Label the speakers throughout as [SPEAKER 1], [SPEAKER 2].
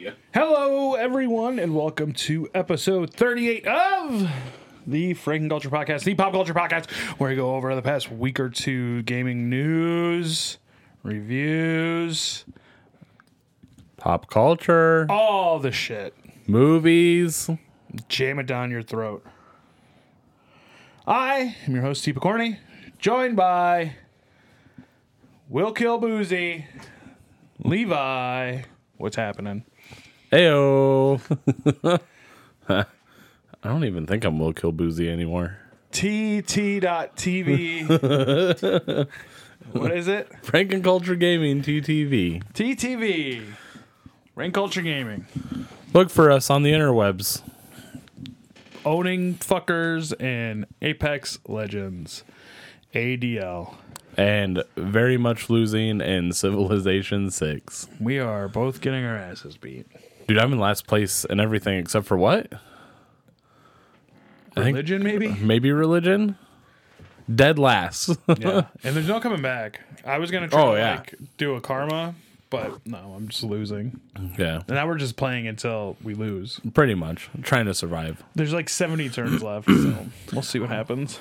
[SPEAKER 1] Yeah.
[SPEAKER 2] Hello, everyone, and welcome to episode 38 of the Franken Culture Podcast, the Pop Culture Podcast, where we go over the past week or two gaming news, reviews,
[SPEAKER 3] pop culture,
[SPEAKER 2] all the shit.
[SPEAKER 3] movies.
[SPEAKER 2] Jam it down your throat. I am your host, T. Corney, joined by Will Kill Boozy, Levi. What's happening?
[SPEAKER 3] Ayo. I don't even think I'm Will Kilboozy anymore.
[SPEAKER 2] TT.TV. what is it?
[SPEAKER 3] Franken Culture Gaming TTV.
[SPEAKER 2] TTV. Rain Culture Gaming.
[SPEAKER 3] Look for us on the interwebs.
[SPEAKER 2] Owning fuckers and Apex Legends. ADL.
[SPEAKER 3] And very much losing in Civilization 6.
[SPEAKER 2] We are both getting our asses beat.
[SPEAKER 3] Dude, I'm in last place in everything except for what? I think-
[SPEAKER 2] Religion, maybe?
[SPEAKER 3] Maybe religion? Dead last.
[SPEAKER 2] yeah. And there's no coming back. I was going to try
[SPEAKER 3] Oh,
[SPEAKER 2] to
[SPEAKER 3] yeah.
[SPEAKER 2] like, do a karma, but no, I'm just losing.
[SPEAKER 3] yeah,
[SPEAKER 2] And now we're just playing until we lose.
[SPEAKER 3] pretty much. trying to survive.
[SPEAKER 2] There's like 70 turns left, so we'll see what happens.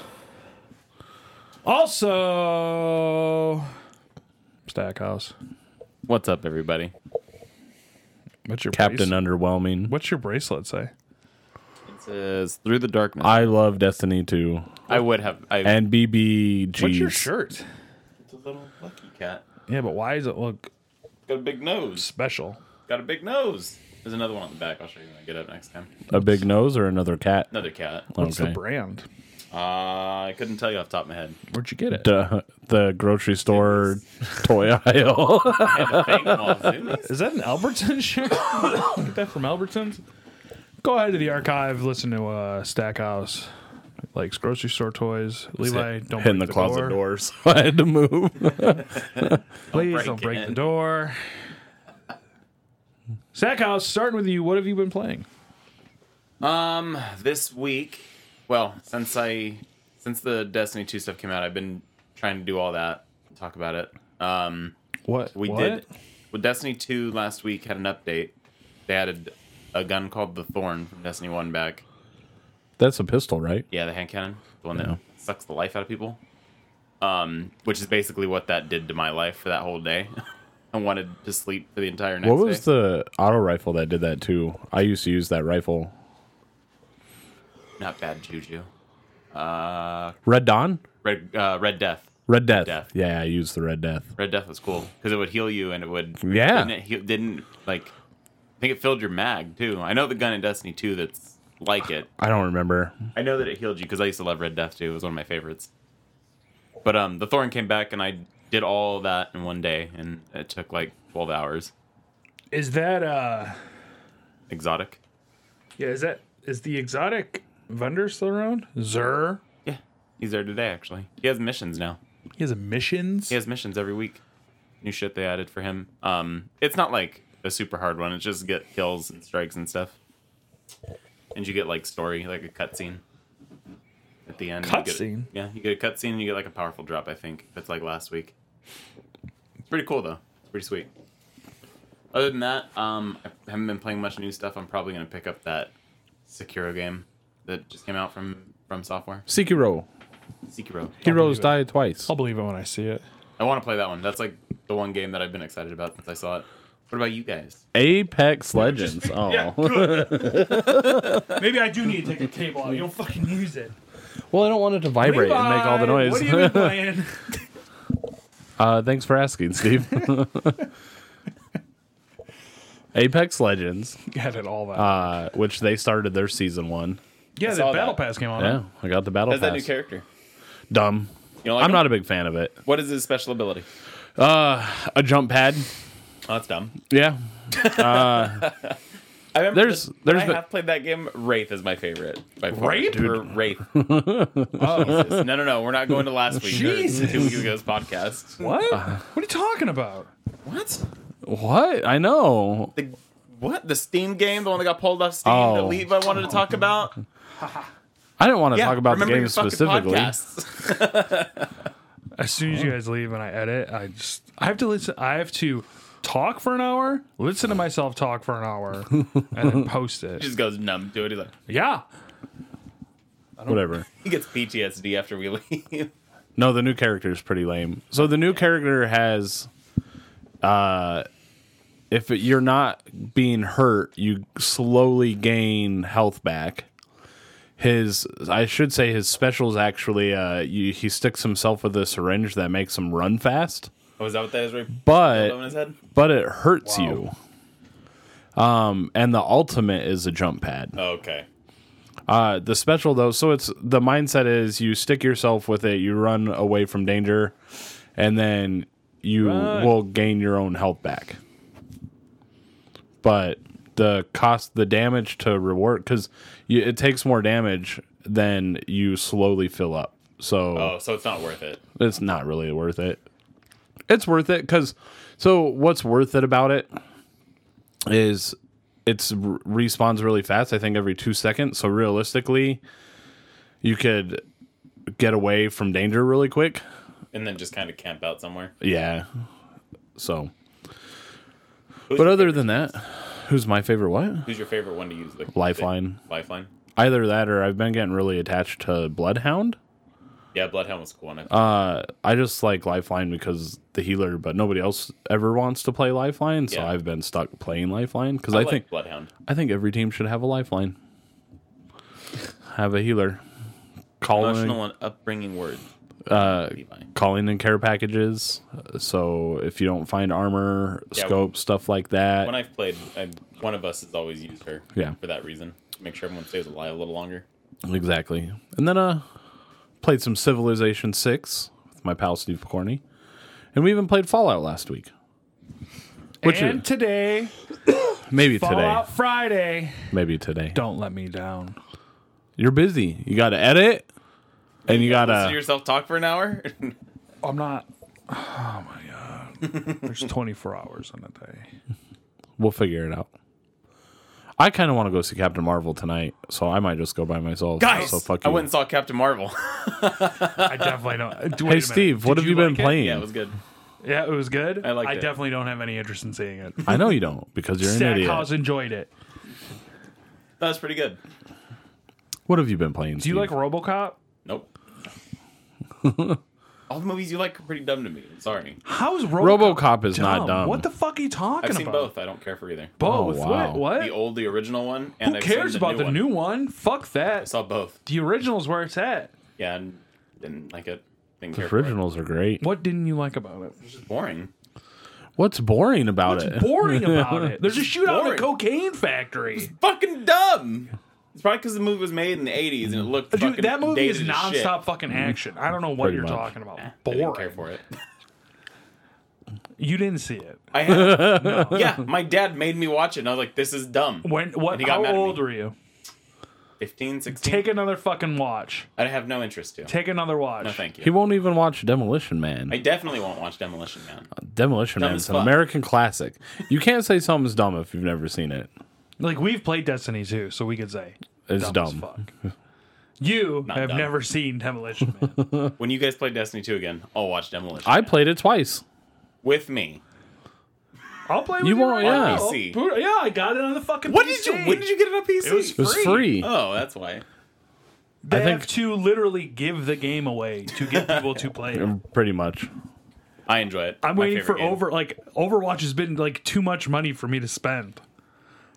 [SPEAKER 2] Also, Stackhouse.
[SPEAKER 4] What's up, everybody?
[SPEAKER 2] What's your brace-
[SPEAKER 3] Captain Underwhelming.
[SPEAKER 2] What's your bracelet say?
[SPEAKER 4] It says through the darkness. I,
[SPEAKER 3] I love Destiny 2
[SPEAKER 4] would have. I,
[SPEAKER 3] and BBG.
[SPEAKER 2] What's your shirt?
[SPEAKER 4] it's a little lucky cat.
[SPEAKER 2] Yeah, but why does it look
[SPEAKER 4] Got a big nose.
[SPEAKER 2] special?
[SPEAKER 4] Got a big nose. There's another one on the back. I'll show you when I get up next time.
[SPEAKER 3] A big nose or another cat?
[SPEAKER 4] Another cat.
[SPEAKER 2] What's the brand?
[SPEAKER 4] Uh, I couldn't tell you off the top of my head.
[SPEAKER 2] Where'd you get it? Is
[SPEAKER 3] Duh, the grocery store toy aisle.
[SPEAKER 4] Fake ones, isn't it?
[SPEAKER 2] that an Albertson shirt? get that from Albertsons? Go ahead to the archive, listen to uh, Stackhouse. Likes grocery store toys. Levi, don't
[SPEAKER 3] Hitting
[SPEAKER 2] break
[SPEAKER 3] the, closet door. so I had to move.
[SPEAKER 2] Please
[SPEAKER 4] break
[SPEAKER 2] don't break
[SPEAKER 4] in.
[SPEAKER 2] the door. Stackhouse, starting with you, what have you been playing?
[SPEAKER 4] um, this week, well, since I since the Destiny 2 stuff came out, I've been trying to do all that. Talk about it. Um,
[SPEAKER 2] What
[SPEAKER 4] We did. Well, Destiny 2 last week had an update. They added a gun called the Thorn from Destiny 1 back.
[SPEAKER 3] That's a pistol, right?
[SPEAKER 4] Yeah, the hand cannon, the one
[SPEAKER 3] Yeah.
[SPEAKER 4] that sucks the life out of people. Um, which is basically what that did to my life for that whole day. I wanted to sleep for the entire next
[SPEAKER 3] What was
[SPEAKER 4] day.
[SPEAKER 3] the auto rifle that did that too? I used to use that rifle.
[SPEAKER 4] Not bad juju.
[SPEAKER 3] Red Dawn?
[SPEAKER 4] Red uh, Red Death.
[SPEAKER 3] Red Death.
[SPEAKER 4] Death.
[SPEAKER 3] Yeah, I used the Red Death.
[SPEAKER 4] Red Death was cool because it would heal you and it would.
[SPEAKER 3] Yeah.
[SPEAKER 4] Didn't, it heal, didn't like. I think it filled your mag too. I know the gun in Destiny 2 that's like it.
[SPEAKER 3] I don't remember.
[SPEAKER 4] I know that it healed you because I used to love Red Death too. It was one of my favorites. But um, the Thorn came back and I did all that in one day, and it took like twelve hours.
[SPEAKER 2] Is that uh
[SPEAKER 4] Exotic.
[SPEAKER 2] yeah, is that is the exotic vendor still around? Zer?
[SPEAKER 4] Yeah, he's there today actually. He has missions now.
[SPEAKER 2] He has missions.
[SPEAKER 4] He has missions every week. New shit they added for him. Um, it's not like a super hard one. It's just get kills and strikes and stuff. And you get like story, like a cutscene. At the end, you get-
[SPEAKER 2] Cutscene?
[SPEAKER 4] Yeah, you get a cutscene and you get like a powerful drop. I think if it's like last week. It's pretty cool though. It's pretty sweet. Other than that, um, I haven't been playing much new stuff. I'm probably gonna pick up that Sekiro game that just came out from from Software.
[SPEAKER 3] Sekiro.
[SPEAKER 4] Sekiro.
[SPEAKER 3] Heroes
[SPEAKER 2] it.
[SPEAKER 3] died twice.
[SPEAKER 2] I'll believe it when I see it.
[SPEAKER 4] I want to play that one. That's like the one game that I've been excited about since I saw it. What about you guys?
[SPEAKER 3] Apex Legends. Oh.
[SPEAKER 2] Maybe I do need to take the table out. You don't fucking use it.
[SPEAKER 3] Well, I don't want it to vibrate and make all the noise.
[SPEAKER 2] What have you been playing?
[SPEAKER 3] Uh, thanks for asking, Steve. Apex Legends,
[SPEAKER 2] Got it all that.
[SPEAKER 3] uh, which they started their season one.
[SPEAKER 2] yeah, the
[SPEAKER 4] saw
[SPEAKER 2] battle
[SPEAKER 4] that.
[SPEAKER 2] pass came on.
[SPEAKER 3] Yeah, I got the battle
[SPEAKER 4] How's
[SPEAKER 3] pass.
[SPEAKER 4] that new character?
[SPEAKER 3] Dumb.
[SPEAKER 4] You don't like
[SPEAKER 3] I'm
[SPEAKER 4] him?
[SPEAKER 3] not a big fan of it.
[SPEAKER 4] What is his special ability?
[SPEAKER 3] A jump pad.
[SPEAKER 4] Oh, that's dumb.
[SPEAKER 3] Yeah.
[SPEAKER 4] I remember
[SPEAKER 3] There's-
[SPEAKER 4] this-
[SPEAKER 3] there's
[SPEAKER 4] I
[SPEAKER 3] been-
[SPEAKER 4] have played that game. Wraith is my favorite. By far.
[SPEAKER 2] Wraith?
[SPEAKER 4] Or Wraith. oh. Jesus. No, no, no. We're not going to last week.
[SPEAKER 2] Jesus.
[SPEAKER 4] Two weeks ago's podcast.
[SPEAKER 2] What? Uh, what are you talking about?
[SPEAKER 4] What?
[SPEAKER 3] What? I know.
[SPEAKER 4] The what? The Steam game? The one that got pulled off Steam?
[SPEAKER 3] Oh.
[SPEAKER 4] That Levi wanted to talk about?
[SPEAKER 3] I didn't want to
[SPEAKER 4] Yeah,
[SPEAKER 3] talk about the
[SPEAKER 4] remember
[SPEAKER 3] game
[SPEAKER 4] your fucking
[SPEAKER 3] specifically.
[SPEAKER 4] podcasts.
[SPEAKER 2] As soon as you guys leave and I edit, I just I have to listen. I have to talk for an hour, listen to myself talk for an hour, and then post
[SPEAKER 4] He
[SPEAKER 2] it.
[SPEAKER 4] just goes numb to it. He's like,
[SPEAKER 2] Yeah.
[SPEAKER 3] Whatever.
[SPEAKER 4] he gets PTSD after we leave.
[SPEAKER 3] No, the new character is pretty lame. So the new character has, uh, if you're not being hurt, you slowly gain health back. His, I should say, his special is actually uh, you, he sticks himself with a syringe that makes him run fast,
[SPEAKER 4] Oh, is that what that is? Right?
[SPEAKER 3] but
[SPEAKER 4] on his head.
[SPEAKER 3] but it hurts you. Um, and the ultimate is a jump pad.
[SPEAKER 4] Okay.
[SPEAKER 3] Uh, the special though, so it's the mindset is you stick yourself with it, you run away from danger, and then you will gain your own health back. But the cost, the damage to reward, because it takes more damage than you slowly fill up. So
[SPEAKER 4] Oh, so it's not worth it.
[SPEAKER 3] it's not really worth it. It's worth it because so what's worth it about it is it's r- respawns really fast. I think every two seconds. So realistically, you could get away from danger really quick.
[SPEAKER 4] And then just kind of camp out somewhere.
[SPEAKER 3] Yeah. So, but
[SPEAKER 4] Who's your
[SPEAKER 3] other
[SPEAKER 4] favorite-
[SPEAKER 3] than that, who's my favorite? What
[SPEAKER 4] who's your favorite one to use? The
[SPEAKER 3] lifeline?
[SPEAKER 4] Lifeline.
[SPEAKER 3] Either that or I've been getting really attached to Bloodhound.
[SPEAKER 4] Yeah, Bloodhound was a cool one. I think.
[SPEAKER 3] Uh, I just like Lifeline because the healer, but nobody else ever wants to play Lifeline, so
[SPEAKER 4] Yeah.
[SPEAKER 3] I've been stuck playing Lifeline because I,
[SPEAKER 4] I, like
[SPEAKER 3] think
[SPEAKER 4] Bloodhound.
[SPEAKER 3] I think every team should have a Lifeline, have a healer, calling
[SPEAKER 4] Emotional and upbringing word.
[SPEAKER 3] uh,
[SPEAKER 4] Levi.
[SPEAKER 3] calling in care packages. So if you don't find armor,
[SPEAKER 4] Yeah.
[SPEAKER 3] scope, stuff like that,
[SPEAKER 4] When I've played, I, one of us has always used her.
[SPEAKER 3] Yeah.
[SPEAKER 4] For that reason, make sure everyone stays alive a little longer.
[SPEAKER 3] exactly. And then uh, played some Civilization Six with my pal Steve Corney, and we even played Fallout last week. Which
[SPEAKER 2] and
[SPEAKER 3] is,
[SPEAKER 2] today,
[SPEAKER 3] maybe today,
[SPEAKER 2] Fallout Friday.
[SPEAKER 3] maybe today.
[SPEAKER 2] Don't let me down.
[SPEAKER 3] You're busy. You got to edit, and you got
[SPEAKER 4] Listen to
[SPEAKER 3] to.
[SPEAKER 4] yourself talk for an hour.
[SPEAKER 2] I'm not. Oh my god. There's 24 hours in a day.
[SPEAKER 3] We'll figure it out. I kind of want to go see Captain Marvel tonight, so I might just go by myself.
[SPEAKER 4] Guys,
[SPEAKER 3] so oh, fuck
[SPEAKER 4] I
[SPEAKER 3] you.
[SPEAKER 4] went and saw Captain Marvel.
[SPEAKER 2] I definitely don't.
[SPEAKER 3] hey Steve, what have you, been playing?
[SPEAKER 4] yeah, it was good.
[SPEAKER 2] Yeah, it was good. I
[SPEAKER 4] liked
[SPEAKER 2] I
[SPEAKER 4] it.
[SPEAKER 2] definitely don't have any interest in seeing it.
[SPEAKER 3] I know you don't because you're an
[SPEAKER 2] Stackhouse
[SPEAKER 3] idiot.
[SPEAKER 2] enjoyed it.
[SPEAKER 4] That was pretty good.
[SPEAKER 3] What have you been playing?
[SPEAKER 2] Do you like RoboCop?
[SPEAKER 4] Nope. All the movies you like are pretty dumb to me. I'm sorry.
[SPEAKER 2] How's RoboCop?
[SPEAKER 3] RoboCop? Is not dumb.
[SPEAKER 2] What the fuck are you talking
[SPEAKER 4] I've seen
[SPEAKER 2] about?
[SPEAKER 4] both. I don't care for either.
[SPEAKER 2] Both.
[SPEAKER 3] Oh, wow.
[SPEAKER 2] What? What?
[SPEAKER 4] The old, the original one, and
[SPEAKER 2] Who
[SPEAKER 4] I've seen
[SPEAKER 2] cares about the
[SPEAKER 4] one.
[SPEAKER 2] new one? Fuck
[SPEAKER 4] I
[SPEAKER 2] that.
[SPEAKER 4] saw both.
[SPEAKER 2] The original's where it's at.
[SPEAKER 4] Yeah, and didn't like it. Didn't
[SPEAKER 3] The
[SPEAKER 4] care for
[SPEAKER 3] originals are great.
[SPEAKER 2] What didn't you like about it?
[SPEAKER 4] it. It's boring.
[SPEAKER 3] What's boring about it?
[SPEAKER 2] It's boring about it. There's a shootout in a
[SPEAKER 4] Boring.
[SPEAKER 2] cocaine factory.
[SPEAKER 4] Fucking dumb. It's probably because the movie was made in the '80s and it looked
[SPEAKER 2] Dude,
[SPEAKER 4] fucking
[SPEAKER 2] that movie is
[SPEAKER 4] dated as shit.
[SPEAKER 2] nonstop fucking action. I don't know what
[SPEAKER 3] Mm-hmm. Pretty
[SPEAKER 2] you're
[SPEAKER 3] much.
[SPEAKER 2] talking about.
[SPEAKER 4] I didn't
[SPEAKER 2] Boring.
[SPEAKER 4] care for it.
[SPEAKER 2] you didn't see it.
[SPEAKER 4] I had, yeah, my dad made me watch it, and I was like, "This is dumb."
[SPEAKER 2] When? What?
[SPEAKER 4] And he got
[SPEAKER 2] How
[SPEAKER 4] mad at me.
[SPEAKER 2] old were you?
[SPEAKER 4] 15, 16.
[SPEAKER 2] Take another fucking watch.
[SPEAKER 4] I have no interest to.
[SPEAKER 2] Take another watch.
[SPEAKER 4] no, thank you.
[SPEAKER 3] He won't even watch Demolition Man.
[SPEAKER 4] I definitely won't watch Demolition Man.
[SPEAKER 3] Demolition
[SPEAKER 4] Dumb
[SPEAKER 3] Man
[SPEAKER 4] as
[SPEAKER 3] is an
[SPEAKER 4] fuck.
[SPEAKER 3] American classic. You can't say something's dumb if you've never seen it.
[SPEAKER 2] Like we've played Destiny 2, so we could say
[SPEAKER 3] It's
[SPEAKER 2] dumb as
[SPEAKER 3] dumb.
[SPEAKER 2] fuck. You have
[SPEAKER 4] dumb.
[SPEAKER 2] never seen Demolition Man.
[SPEAKER 4] When you guys play Destiny 2 again, I'll watch Demolition
[SPEAKER 3] I played it twice.
[SPEAKER 4] with me.
[SPEAKER 2] I'll play with
[SPEAKER 3] You
[SPEAKER 2] you.
[SPEAKER 3] won't-
[SPEAKER 2] right
[SPEAKER 3] yeah.
[SPEAKER 2] now.
[SPEAKER 4] PC.
[SPEAKER 2] Yeah, I got it on the fucking.
[SPEAKER 4] What did you?
[SPEAKER 2] PC.
[SPEAKER 4] When did you get it on PC?
[SPEAKER 2] It was
[SPEAKER 3] It was free.
[SPEAKER 4] Oh, that's why.
[SPEAKER 2] They
[SPEAKER 3] I think-
[SPEAKER 2] have to literally give the game away to get people to play. it.
[SPEAKER 3] Pretty much.
[SPEAKER 4] I enjoy it.
[SPEAKER 2] I'm
[SPEAKER 4] My
[SPEAKER 2] waiting for
[SPEAKER 4] favorite game.
[SPEAKER 2] over like Overwatch has been like too much money for me to spend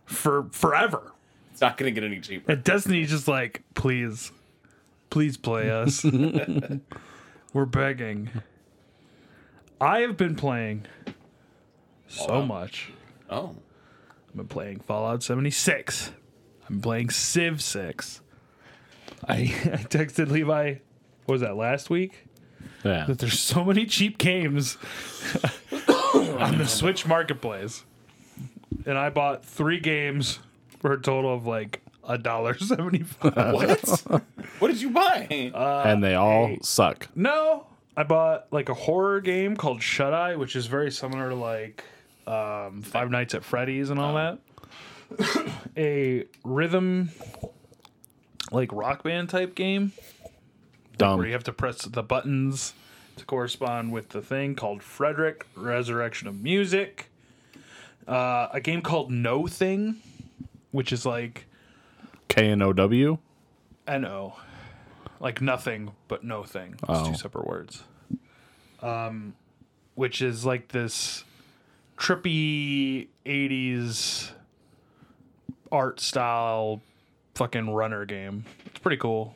[SPEAKER 2] for forever.
[SPEAKER 4] It's not going to get any cheaper.
[SPEAKER 2] And Destiny's just like, please, please play us. We're begging. I have been playing so
[SPEAKER 4] Fallout.
[SPEAKER 2] much.
[SPEAKER 4] Oh,
[SPEAKER 2] I've been playing Fallout 76. I'm playing Civ 6. I, I texted Levi, what was that, last week?
[SPEAKER 3] Yeah.
[SPEAKER 2] that there's so many cheap games on the Switch marketplace. And I bought three games for a total of like a dollar seventy five.
[SPEAKER 4] what? what did you buy?
[SPEAKER 2] Uh,
[SPEAKER 3] and they all suck.
[SPEAKER 2] No, I bought like a horror game called Shut Eye, which is very similar to like um, Five Nights at Freddy's and all that. a rhythm, like rock band type game where you
[SPEAKER 3] Dumb.
[SPEAKER 2] have to press the buttons to correspond with the thing called Frederick Resurrection of Music. uh, a game called No Thing, which is like
[SPEAKER 3] K N O W.
[SPEAKER 2] N O, like nothing but no thing. It's
[SPEAKER 3] Oh.
[SPEAKER 2] two separate words. Um, which is like this trippy '80s art style fucking runner game. It's pretty cool.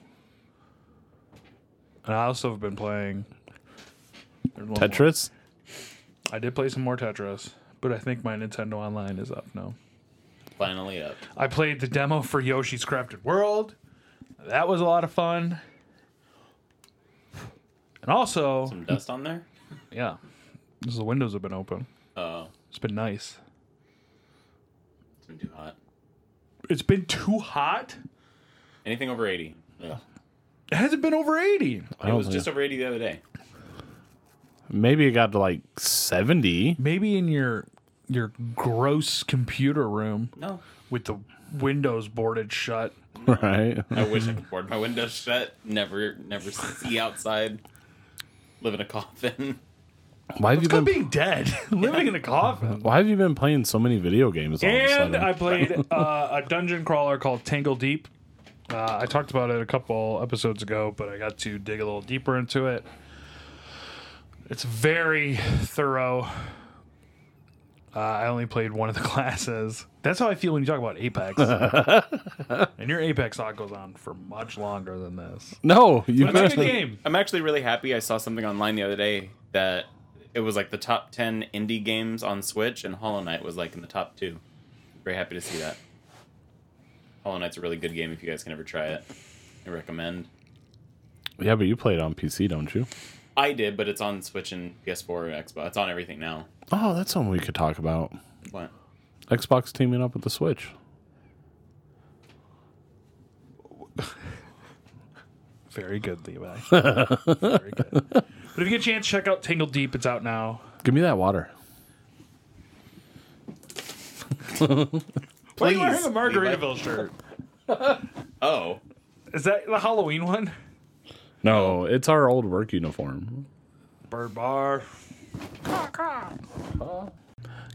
[SPEAKER 2] And I also have been playing there's one more.
[SPEAKER 3] Tetris.
[SPEAKER 2] I did play some more Tetris, but I think my Nintendo Online is up now.
[SPEAKER 5] Finally up.
[SPEAKER 2] I played the demo for Yoshi's Crafted World. That was a lot of fun. And also,
[SPEAKER 5] Some dust on there.
[SPEAKER 2] yeah, this is the windows have been open.
[SPEAKER 5] Oh,
[SPEAKER 2] It's been nice.
[SPEAKER 5] it's been too hot.
[SPEAKER 2] It's been too hot.
[SPEAKER 5] Anything over eighty. Ugh.
[SPEAKER 2] It hasn't been over 80.
[SPEAKER 3] I
[SPEAKER 5] It
[SPEAKER 3] don't
[SPEAKER 5] was
[SPEAKER 3] think-
[SPEAKER 5] just over eighty the other day.
[SPEAKER 3] Maybe it got to like seventy.
[SPEAKER 2] Maybe in your your gross computer room
[SPEAKER 5] No,
[SPEAKER 2] with the windows boarded shut.
[SPEAKER 3] Right.
[SPEAKER 5] I wish I could board my windows shut. Never, never see outside. Live in a coffin.
[SPEAKER 3] Why have you
[SPEAKER 2] Come
[SPEAKER 3] been?
[SPEAKER 2] being dead, living in a coffin.
[SPEAKER 3] Why have you been playing so many video games? All of a
[SPEAKER 2] And
[SPEAKER 3] sudden?
[SPEAKER 2] I played uh, a dungeon crawler called Tangle Deep. Uh, I talked about it a couple episodes ago, but I got to dig a little deeper into it. It's very thorough. Uh, I only played one of the classes. That's how I feel when you talk about Apex. and your Apex talk goes on for much longer than this.
[SPEAKER 3] no, you
[SPEAKER 2] It's a good game.
[SPEAKER 5] I'm actually really happy. I saw something online the other day that it was like the top ten indie games on Switch, and Hollow Knight was like in the top two. Very happy to see that. Hollow Knight's a really good game. If you guys can ever try it, I recommend.
[SPEAKER 3] Yeah, but you play it on PC, don't you?
[SPEAKER 5] I did, but it's on Switch and PS4 and Xbox. It's on everything now.
[SPEAKER 3] Oh, that's something we could talk about.
[SPEAKER 5] What?
[SPEAKER 3] Xbox teaming up with the Switch.
[SPEAKER 2] Very good, Levi. Very good. But if you get a chance, check out Tangle Deep. It's out now.
[SPEAKER 3] Give me that water.
[SPEAKER 2] Why are you wearing a
[SPEAKER 5] Please,
[SPEAKER 2] Margaritaville shirt?
[SPEAKER 5] Oh,
[SPEAKER 2] Is that the Halloween one?
[SPEAKER 3] No, it's our old work uniform.
[SPEAKER 2] Bird bar.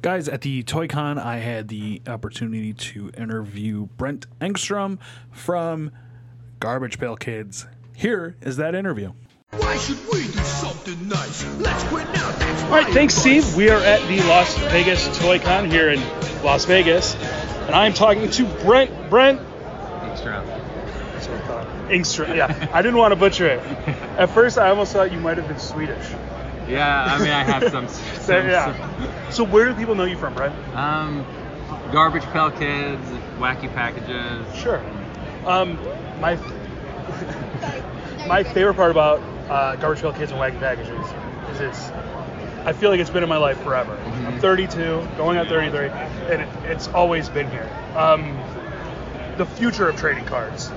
[SPEAKER 2] Guys, at the ToyCon, I had the opportunity to interview Brent Engstrom from Garbage Pail Kids. Here is that interview.
[SPEAKER 6] Why should we do something nice? Let's win now. That's
[SPEAKER 7] All right, thanks, Steve. We are at the Las Vegas Toy Con here in Las Vegas, and I'm talking to Brent. Brent Ingstrom. Yeah, I didn't want to butcher it. At first, I almost thought you might have been Swedish.
[SPEAKER 8] Yeah, I mean, I have some.
[SPEAKER 7] So,
[SPEAKER 8] some
[SPEAKER 7] yeah. So where do people know you from, Brent?
[SPEAKER 8] some- um, garbage pail kids, wacky packages.
[SPEAKER 7] Sure. Um, my my favorite part about uh, Garbage Pail Kids and Wagon Packages is it's. I feel like it's been in my life forever. I'm 32, going on 33, and it, it's always been here. Um, the future of trading cards.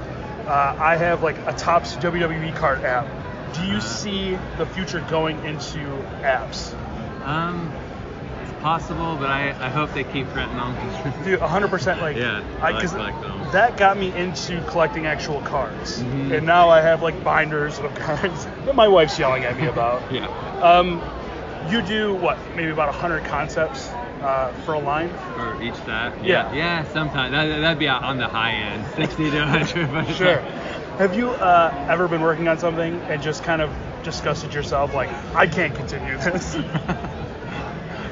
[SPEAKER 7] Uh, I have like a tops WWE E card app. Do you see the future going into apps?
[SPEAKER 8] Um, it's possible, but I, I hope they keep renting them.
[SPEAKER 7] Dude, 100% like
[SPEAKER 8] Yeah, I like black film.
[SPEAKER 7] that got me into collecting actual cards,
[SPEAKER 8] Mhm.
[SPEAKER 7] and now I have like binders of cards that my wife's yelling at me about.
[SPEAKER 8] yeah,
[SPEAKER 7] Um, you do what? Maybe about 100 concepts uh, for a line.
[SPEAKER 8] for each set.
[SPEAKER 7] Yeah.
[SPEAKER 8] Yeah, yeah. Sometimes that, that'd be on the high end, sixty to hundred. but-
[SPEAKER 7] Sure. Have you uh, ever been working on something and just kind of disgusted yourself like I can't continue this?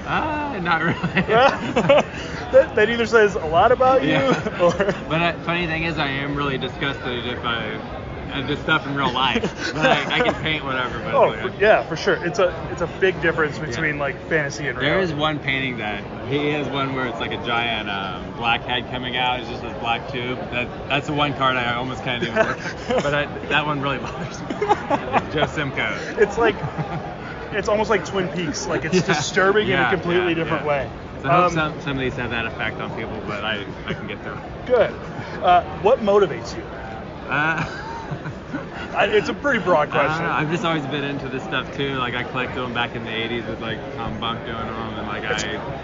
[SPEAKER 8] Ah, not really.
[SPEAKER 7] that, that either says a lot about you
[SPEAKER 8] Yeah.
[SPEAKER 7] or.
[SPEAKER 8] But I, funny thing is, I am really disgusted if I at this stuff in real life. but I, I can paint whatever. But
[SPEAKER 7] Oh
[SPEAKER 8] whatever.
[SPEAKER 7] for- yeah, for sure. It's a it's a big difference between like fantasy and
[SPEAKER 8] There
[SPEAKER 7] reality.
[SPEAKER 8] is one painting that he has one where it's like a giant um, black head coming out. It's just this black tube. That that's the one card I almost kind of didn't work. but I, that one really bothers me. It's Joe Simcoe.
[SPEAKER 7] It's like it's almost like Twin Peaks. Like it's
[SPEAKER 8] Yeah.
[SPEAKER 7] disturbing
[SPEAKER 8] Yeah,
[SPEAKER 7] in a completely
[SPEAKER 8] yeah,
[SPEAKER 7] different
[SPEAKER 8] yeah.
[SPEAKER 7] way.
[SPEAKER 8] So I hope
[SPEAKER 7] Um,
[SPEAKER 8] some, some of these have that effect on people, but I, I can get through. it.
[SPEAKER 7] Good. Uh, what motivates you?
[SPEAKER 8] Uh,
[SPEAKER 7] I, it's a pretty broad
[SPEAKER 8] I don't
[SPEAKER 7] question.
[SPEAKER 8] know. I've just always been into this stuff too. Like I collected them back in the '80s with like Tom Bunk doing them, and like I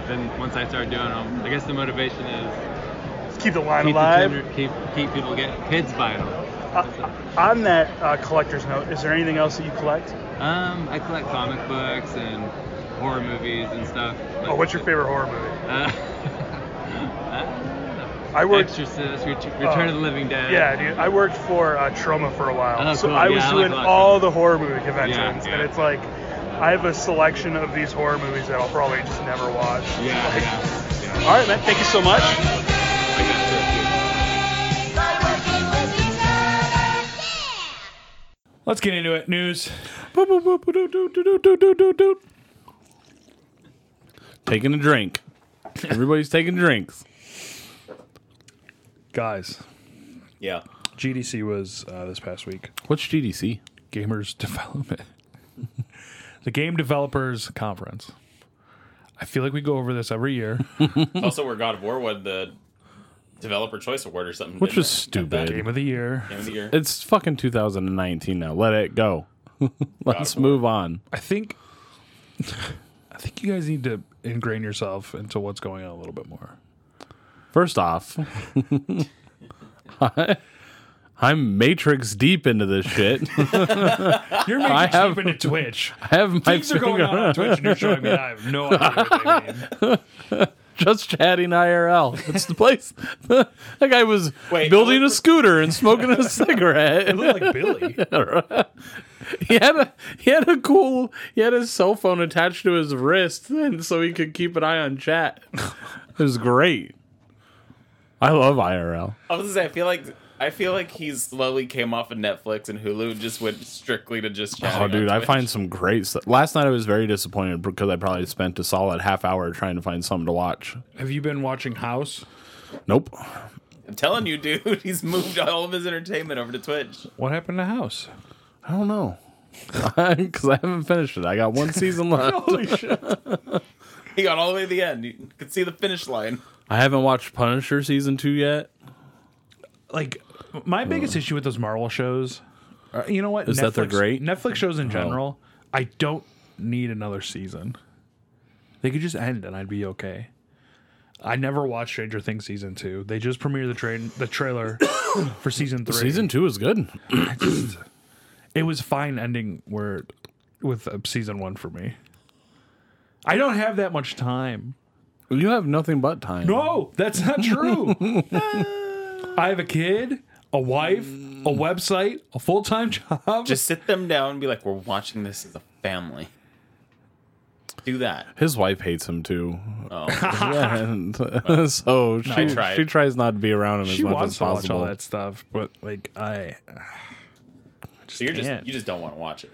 [SPEAKER 8] then once I started doing them, I guess the motivation is
[SPEAKER 7] Let's keep the line
[SPEAKER 8] keep, the
[SPEAKER 7] alive.
[SPEAKER 8] children- keep keep people get kids buying them.
[SPEAKER 7] Uh, on that uh, collector's note, is there anything else that you collect?
[SPEAKER 8] Um, I collect comic books and horror movies and stuff.
[SPEAKER 7] Oh, what's your Oh, favorite horror movie?
[SPEAKER 8] Uh,
[SPEAKER 7] I worked.
[SPEAKER 8] Exorcist, Ret- Return of the Living Dead.
[SPEAKER 7] Yeah, dude. I worked for uh, Troma for a while,
[SPEAKER 8] Oh, that's
[SPEAKER 7] so
[SPEAKER 8] cool.
[SPEAKER 7] I was
[SPEAKER 8] Yeah, I like
[SPEAKER 7] doing
[SPEAKER 8] a lot of
[SPEAKER 7] all
[SPEAKER 8] Troma.
[SPEAKER 7] the horror movie conventions,
[SPEAKER 8] Yeah, yeah.
[SPEAKER 7] and it's like I have a selection of these horror movies that I'll probably just never watch.
[SPEAKER 8] Yeah, yeah.
[SPEAKER 7] All right, man. Thank you so much.
[SPEAKER 8] I got
[SPEAKER 2] Let's get into it. News.
[SPEAKER 3] Taking a drink. Everybody's taking drinks.
[SPEAKER 2] Guys,
[SPEAKER 4] Yeah.
[SPEAKER 2] GDC was uh, this past week.
[SPEAKER 3] What's GDC?
[SPEAKER 2] Gamers Development. the Game Developers Conference. I feel like we go over this every year.
[SPEAKER 4] also, where God of War won the Developer Choice Award or something,
[SPEAKER 3] Which
[SPEAKER 4] didn't
[SPEAKER 3] was
[SPEAKER 4] it?
[SPEAKER 3] stupid.
[SPEAKER 2] Game of the year.
[SPEAKER 4] Game of the year.
[SPEAKER 3] It's fucking 2019 now. Let it go. Let's move on.
[SPEAKER 2] I think I think you guys need to ingrain yourself into what's going on a little bit more.
[SPEAKER 3] First off, I'm matrix deep into this shit.
[SPEAKER 2] You're making I
[SPEAKER 3] have-
[SPEAKER 2] into Twitch.
[SPEAKER 3] I have my
[SPEAKER 2] Things are going
[SPEAKER 3] finger
[SPEAKER 2] on on Twitch, and you're showing me. I have no idea what they mean.
[SPEAKER 3] just chatting IRL. It's the place. that guy was
[SPEAKER 4] Wait,
[SPEAKER 3] building
[SPEAKER 4] I
[SPEAKER 3] a
[SPEAKER 4] look-
[SPEAKER 3] scooter and smoking a cigarette.
[SPEAKER 2] Look like Billy.
[SPEAKER 3] he had a he had a cool he had his cell phone attached to his wrist and so he could keep an eye on chat. It was great. I love IRL.
[SPEAKER 4] I was gonna say, I feel like I feel like he slowly came off of Netflix and Hulu and just went strictly to just chatting.
[SPEAKER 3] Oh,
[SPEAKER 4] on
[SPEAKER 3] dude, I
[SPEAKER 4] Twitch.
[SPEAKER 3] find some great stuff. Last night I was very disappointed because I probably spent a solid half hour trying to find something to watch.
[SPEAKER 2] Have you been watching House?
[SPEAKER 3] Nope.
[SPEAKER 4] I'm telling you, dude, he's moved all of his entertainment over to Twitch.
[SPEAKER 2] What happened to House?
[SPEAKER 3] I don't know. Because I haven't finished it. I got one season left.
[SPEAKER 4] He got all the way to the end. You could see the finish line.
[SPEAKER 3] I haven't watched Punisher season two yet.
[SPEAKER 2] Like my biggest issue with those Marvel shows, uh, you know what?
[SPEAKER 3] Is that they're great? Oh.
[SPEAKER 2] Netflix shows in general. I don't need another season. They could just end, and I'd be okay. I never watched Stranger Things season two. They just premiered the train the trailer for season three.
[SPEAKER 3] Season two is good.
[SPEAKER 2] it was fine ending where with uh, season one for me. I don't have that much time.
[SPEAKER 3] You have nothing but time.
[SPEAKER 2] No, that's not true. I have a kid, a wife, a website, a full time job.
[SPEAKER 4] Just sit them down and be like, "We're watching this as a family." Do that.
[SPEAKER 3] His wife hates him too.
[SPEAKER 4] Oh,
[SPEAKER 3] and so she,
[SPEAKER 4] tried.
[SPEAKER 3] she tries not to be around him
[SPEAKER 2] she
[SPEAKER 3] as much as
[SPEAKER 2] wants to watch all
[SPEAKER 3] possible.
[SPEAKER 2] that stuff, but like I,
[SPEAKER 4] so you're just
[SPEAKER 2] Can't.
[SPEAKER 4] you just don't want to watch it.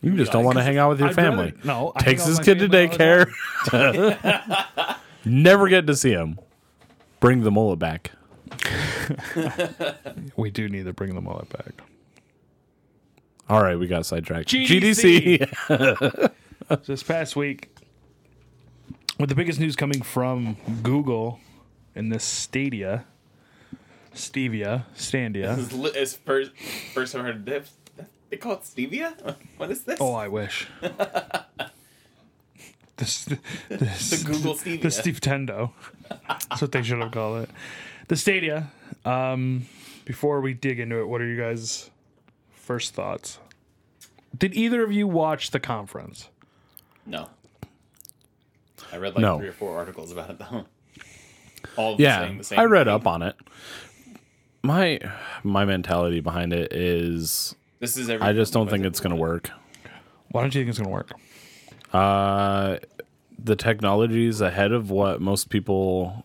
[SPEAKER 3] You just don't want to hang out with your
[SPEAKER 2] I'd
[SPEAKER 3] family.
[SPEAKER 2] rather- no, I
[SPEAKER 3] takes
[SPEAKER 2] hang
[SPEAKER 3] his
[SPEAKER 2] out with
[SPEAKER 3] kid
[SPEAKER 2] my
[SPEAKER 3] to
[SPEAKER 2] family all the
[SPEAKER 3] daycare. Never get to see him. Bring the mullet back.
[SPEAKER 2] we do need to bring them all back.
[SPEAKER 3] All right, we got sidetracked.
[SPEAKER 2] GDC.
[SPEAKER 3] GDC.
[SPEAKER 2] This past week, with the biggest news coming from Google in this Stadia, Stevia, Standia.
[SPEAKER 4] This is li- it's first first time I heard this. They call it stevia. What is this?
[SPEAKER 2] Oh, I wish. this, this,
[SPEAKER 4] the Google stevia.
[SPEAKER 2] the Steve Tendo. That's what they should have called it. The Stadia. Um, before we dig into it, what are you guys' first thoughts? Did either of you watch the conference?
[SPEAKER 4] no. I read like
[SPEAKER 3] No.
[SPEAKER 4] three or four articles about it though. All of them
[SPEAKER 3] yeah,
[SPEAKER 4] saying the same
[SPEAKER 3] I read
[SPEAKER 4] thing.
[SPEAKER 3] up on it. My my mentality behind it is
[SPEAKER 4] This is every
[SPEAKER 3] I just don't think it's going to work.
[SPEAKER 2] Why don't you think it's gonna work?
[SPEAKER 3] Uh, the technology is ahead of what most people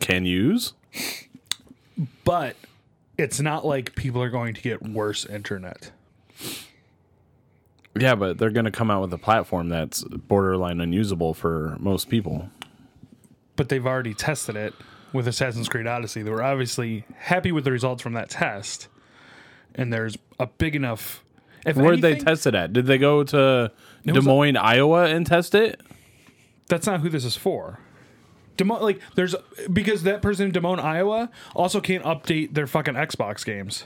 [SPEAKER 3] can use.
[SPEAKER 2] But it's not like people are going to get worse internet.
[SPEAKER 3] Yeah, but they're going to come out with a platform that's borderline unusable for most people.
[SPEAKER 2] But they've already tested it with Assassin's Creed Odyssey. They were obviously happy with the results from that test, and there's a big enough. If
[SPEAKER 3] Where'd they
[SPEAKER 2] anything-
[SPEAKER 3] test it at? Did they go to Des
[SPEAKER 2] was a-
[SPEAKER 3] Moines, Iowa, and test it?
[SPEAKER 2] that's not who this is for. Demo- like there's because that person in Des Moines, Iowa, also can't update their fucking Xbox games.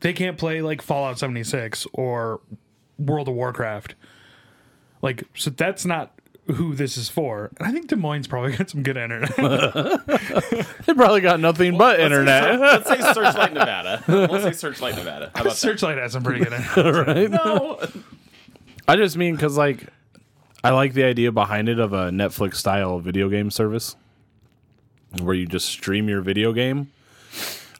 [SPEAKER 2] They can't play like Fallout 76 or World of Warcraft. Like so, that's not who this is for. And I think Des Moines probably got some good internet.
[SPEAKER 3] They probably got nothing but internet.
[SPEAKER 4] Let's say Searchlight Nevada. Let's say Searchlight Nevada. How about that?
[SPEAKER 2] Searchlight has some pretty good internet.
[SPEAKER 4] No.
[SPEAKER 3] I just mean because like I like the idea behind it of a Netflix style video game service. where you just stream your video game.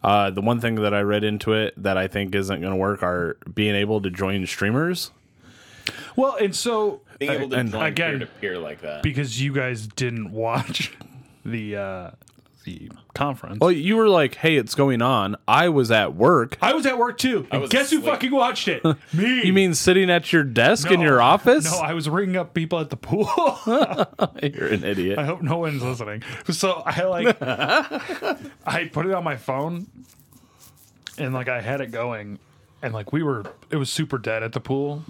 [SPEAKER 3] Uh, the one thing that I read into it that I think isn't going to work are being able to join streamers.
[SPEAKER 2] Well, and so
[SPEAKER 4] Being able to
[SPEAKER 3] And
[SPEAKER 4] join
[SPEAKER 2] again-
[SPEAKER 4] peer to peer like that.
[SPEAKER 2] because you guys didn't watch the uh the conference.
[SPEAKER 3] Well, you were like, "Hey, it's going on." I was at work.
[SPEAKER 2] I was at work too. And
[SPEAKER 4] was
[SPEAKER 2] guess who
[SPEAKER 4] asleep.
[SPEAKER 2] fucking watched it? Me.
[SPEAKER 3] You mean sitting at your desk in your office?
[SPEAKER 2] No, I was ringing up people at the pool.
[SPEAKER 3] You're an idiot.
[SPEAKER 2] I hope no one's listening. So I like I put it on my phone and like I had it going and like we were it was super dead at the pool.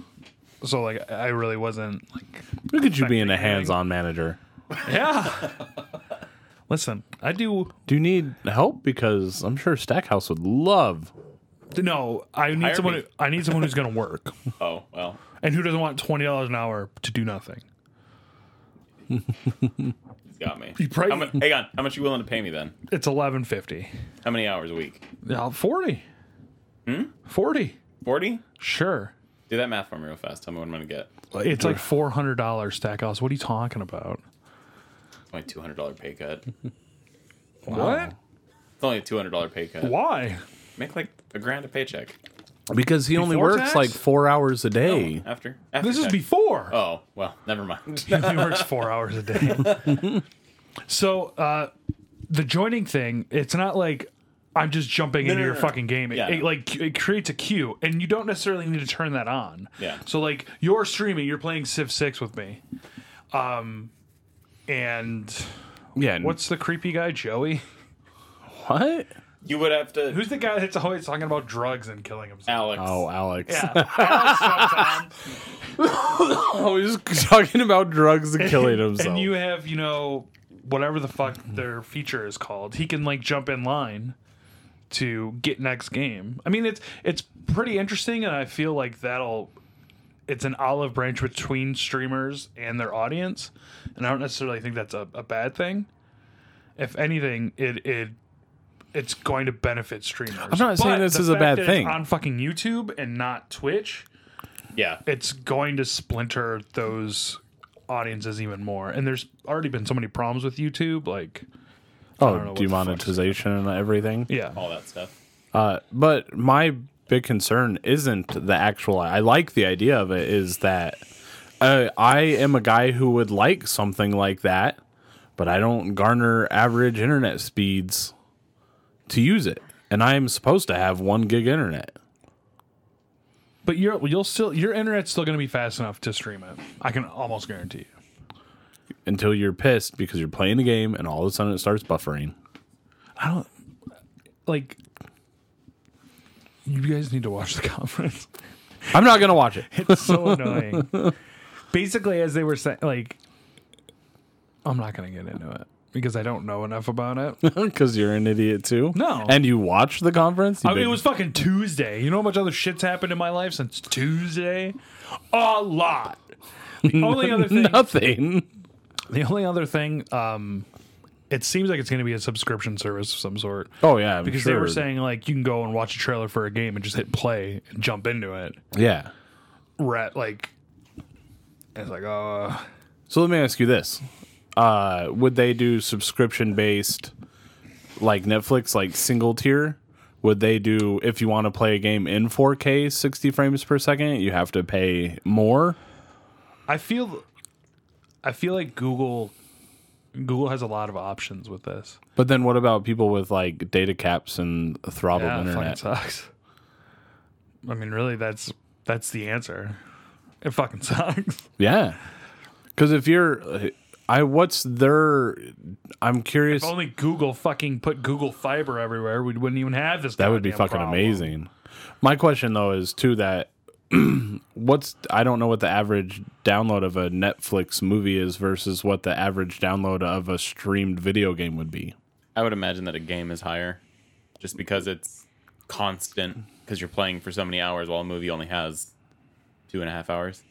[SPEAKER 2] So like I really wasn't like
[SPEAKER 3] Look at you being a hands-on manager.
[SPEAKER 2] Yeah. Listen, I do
[SPEAKER 3] Do you need help? Because I'm sure Stackhouse would love.
[SPEAKER 2] no, I need someone
[SPEAKER 4] me.
[SPEAKER 2] who, I need someone who's gonna work.
[SPEAKER 4] oh well,
[SPEAKER 2] And who doesn't want twenty dollars an hour to do nothing?
[SPEAKER 4] it's got me.
[SPEAKER 2] You probably-
[SPEAKER 4] How much, hang on. How much you willing to pay me then?
[SPEAKER 2] It's eleven fifty.
[SPEAKER 4] How many hours a week?
[SPEAKER 2] Yeah, forty. Hmm? Forty.
[SPEAKER 4] Forty.
[SPEAKER 2] Sure.
[SPEAKER 4] Do that math for me real fast. Tell me what I'm gonna get.
[SPEAKER 2] It's like four hundred dollars, Stackhouse. What are you talking about?
[SPEAKER 4] It's only a two hundred dollar pay cut. It's
[SPEAKER 2] What?
[SPEAKER 4] only a two hundred dollar pay cut.
[SPEAKER 2] Why?
[SPEAKER 4] Make like a grand a paycheck
[SPEAKER 3] Because he only
[SPEAKER 2] Before
[SPEAKER 3] works
[SPEAKER 2] tax?
[SPEAKER 3] like four hours a day.
[SPEAKER 4] after. after
[SPEAKER 2] This is
[SPEAKER 4] tax.
[SPEAKER 2] before.
[SPEAKER 4] Oh well, never mind.
[SPEAKER 2] he works four hours a day. so uh, the joining thing, it's not like I'm just jumping into
[SPEAKER 4] no,
[SPEAKER 2] your
[SPEAKER 4] no.
[SPEAKER 2] fucking game. It,
[SPEAKER 4] Yeah,
[SPEAKER 2] it,
[SPEAKER 4] no.
[SPEAKER 2] like it creates a queue, and you don't necessarily need to turn that on.
[SPEAKER 4] Yeah.
[SPEAKER 2] So like you're streaming, you're playing Civ Six with me, um, and
[SPEAKER 3] Yeah. and
[SPEAKER 2] what's the creepy guy, Joey?
[SPEAKER 3] what?
[SPEAKER 4] you would have to.
[SPEAKER 2] Who's the guy that's always talking about drugs and killing himself?
[SPEAKER 4] Alex?
[SPEAKER 3] Oh, Alex.
[SPEAKER 2] Yeah, Alex sometimes.
[SPEAKER 3] Oh, he's talking about drugs and killing himself.
[SPEAKER 2] and you have you know whatever the fuck their feature is called he can like jump in line to get next game i mean it's it's pretty interesting and i feel like that'll it's an olive branch between streamers and their audience and i don't necessarily think that's a, a bad thing if anything it it it's going to benefit streamers. I'm
[SPEAKER 3] not saying this is a bad thing.
[SPEAKER 2] on fucking YouTube and not Twitch
[SPEAKER 4] Yeah.
[SPEAKER 2] it's going to splinter those audiences even more. And there's already been so many problems with YouTube, like don't know
[SPEAKER 3] oh,
[SPEAKER 2] what the
[SPEAKER 3] demonetization and everything.
[SPEAKER 2] yeah.
[SPEAKER 4] All that stuff.
[SPEAKER 3] Uh, but my big concern isn't the actual. I like the idea of it. Is that uh, I am a guy who would like something like that, but I don't garner average internet speeds to use it, and I'm supposed to have one gig internet.
[SPEAKER 2] But you're you'll still your internet's still going to be fast enough to stream it. I can almost guarantee you.
[SPEAKER 3] Until you're pissed because you're playing a game and all of a sudden it starts buffering.
[SPEAKER 2] I don't like you guys need to watch the conference.
[SPEAKER 3] I'm not gonna watch it.
[SPEAKER 2] It's so annoying. Basically, as they were saying, like, I'm not going to get into it because I don't know enough about it.
[SPEAKER 3] Because you're an idiot too.
[SPEAKER 2] No.
[SPEAKER 3] And you watched the conference. You
[SPEAKER 2] I mean, it
[SPEAKER 3] didn't.
[SPEAKER 2] was fucking Tuesday. You know how much other shit's happened in my life since Tuesday? A lot. The only other thing.
[SPEAKER 3] nothing.
[SPEAKER 2] The only other thing. Um, it seems like it's going to be a subscription service of some sort
[SPEAKER 3] Oh yeah, I'm
[SPEAKER 2] because they
[SPEAKER 3] sure.
[SPEAKER 2] were saying like you can go and watch a trailer for a game and just hit play and jump into it.
[SPEAKER 3] yeah.
[SPEAKER 2] Rat like. It's like, uh,
[SPEAKER 3] So let me ask you this: uh, Would they do subscription based, like Netflix, like single tier? Would they do if you want to play a game in 4K, 60 frames per second, you have to pay more?
[SPEAKER 2] I feel, I feel like Google, Google has a lot of options with this.
[SPEAKER 3] But then what about people with like data caps and
[SPEAKER 2] Yeah, it
[SPEAKER 3] throttled
[SPEAKER 2] Ah, fucking
[SPEAKER 3] internet?
[SPEAKER 2] sucks. I mean, really, that's that's the answer. It fucking sucks.
[SPEAKER 3] Yeah, because if you're, I what's their? I'm curious.
[SPEAKER 2] if only Google fucking put Google Fiber everywhere, we wouldn't even have this.
[SPEAKER 3] That would be
[SPEAKER 2] goddamn
[SPEAKER 3] fucking
[SPEAKER 2] problem.
[SPEAKER 3] amazing. My question though is too that what's I don't know what the average download of a Netflix movie is versus what the average download of a streamed video game would be.
[SPEAKER 4] I would imagine that a game is higher, just because it's constant. Because you're playing for so many hours, while a movie only has two and a half hours.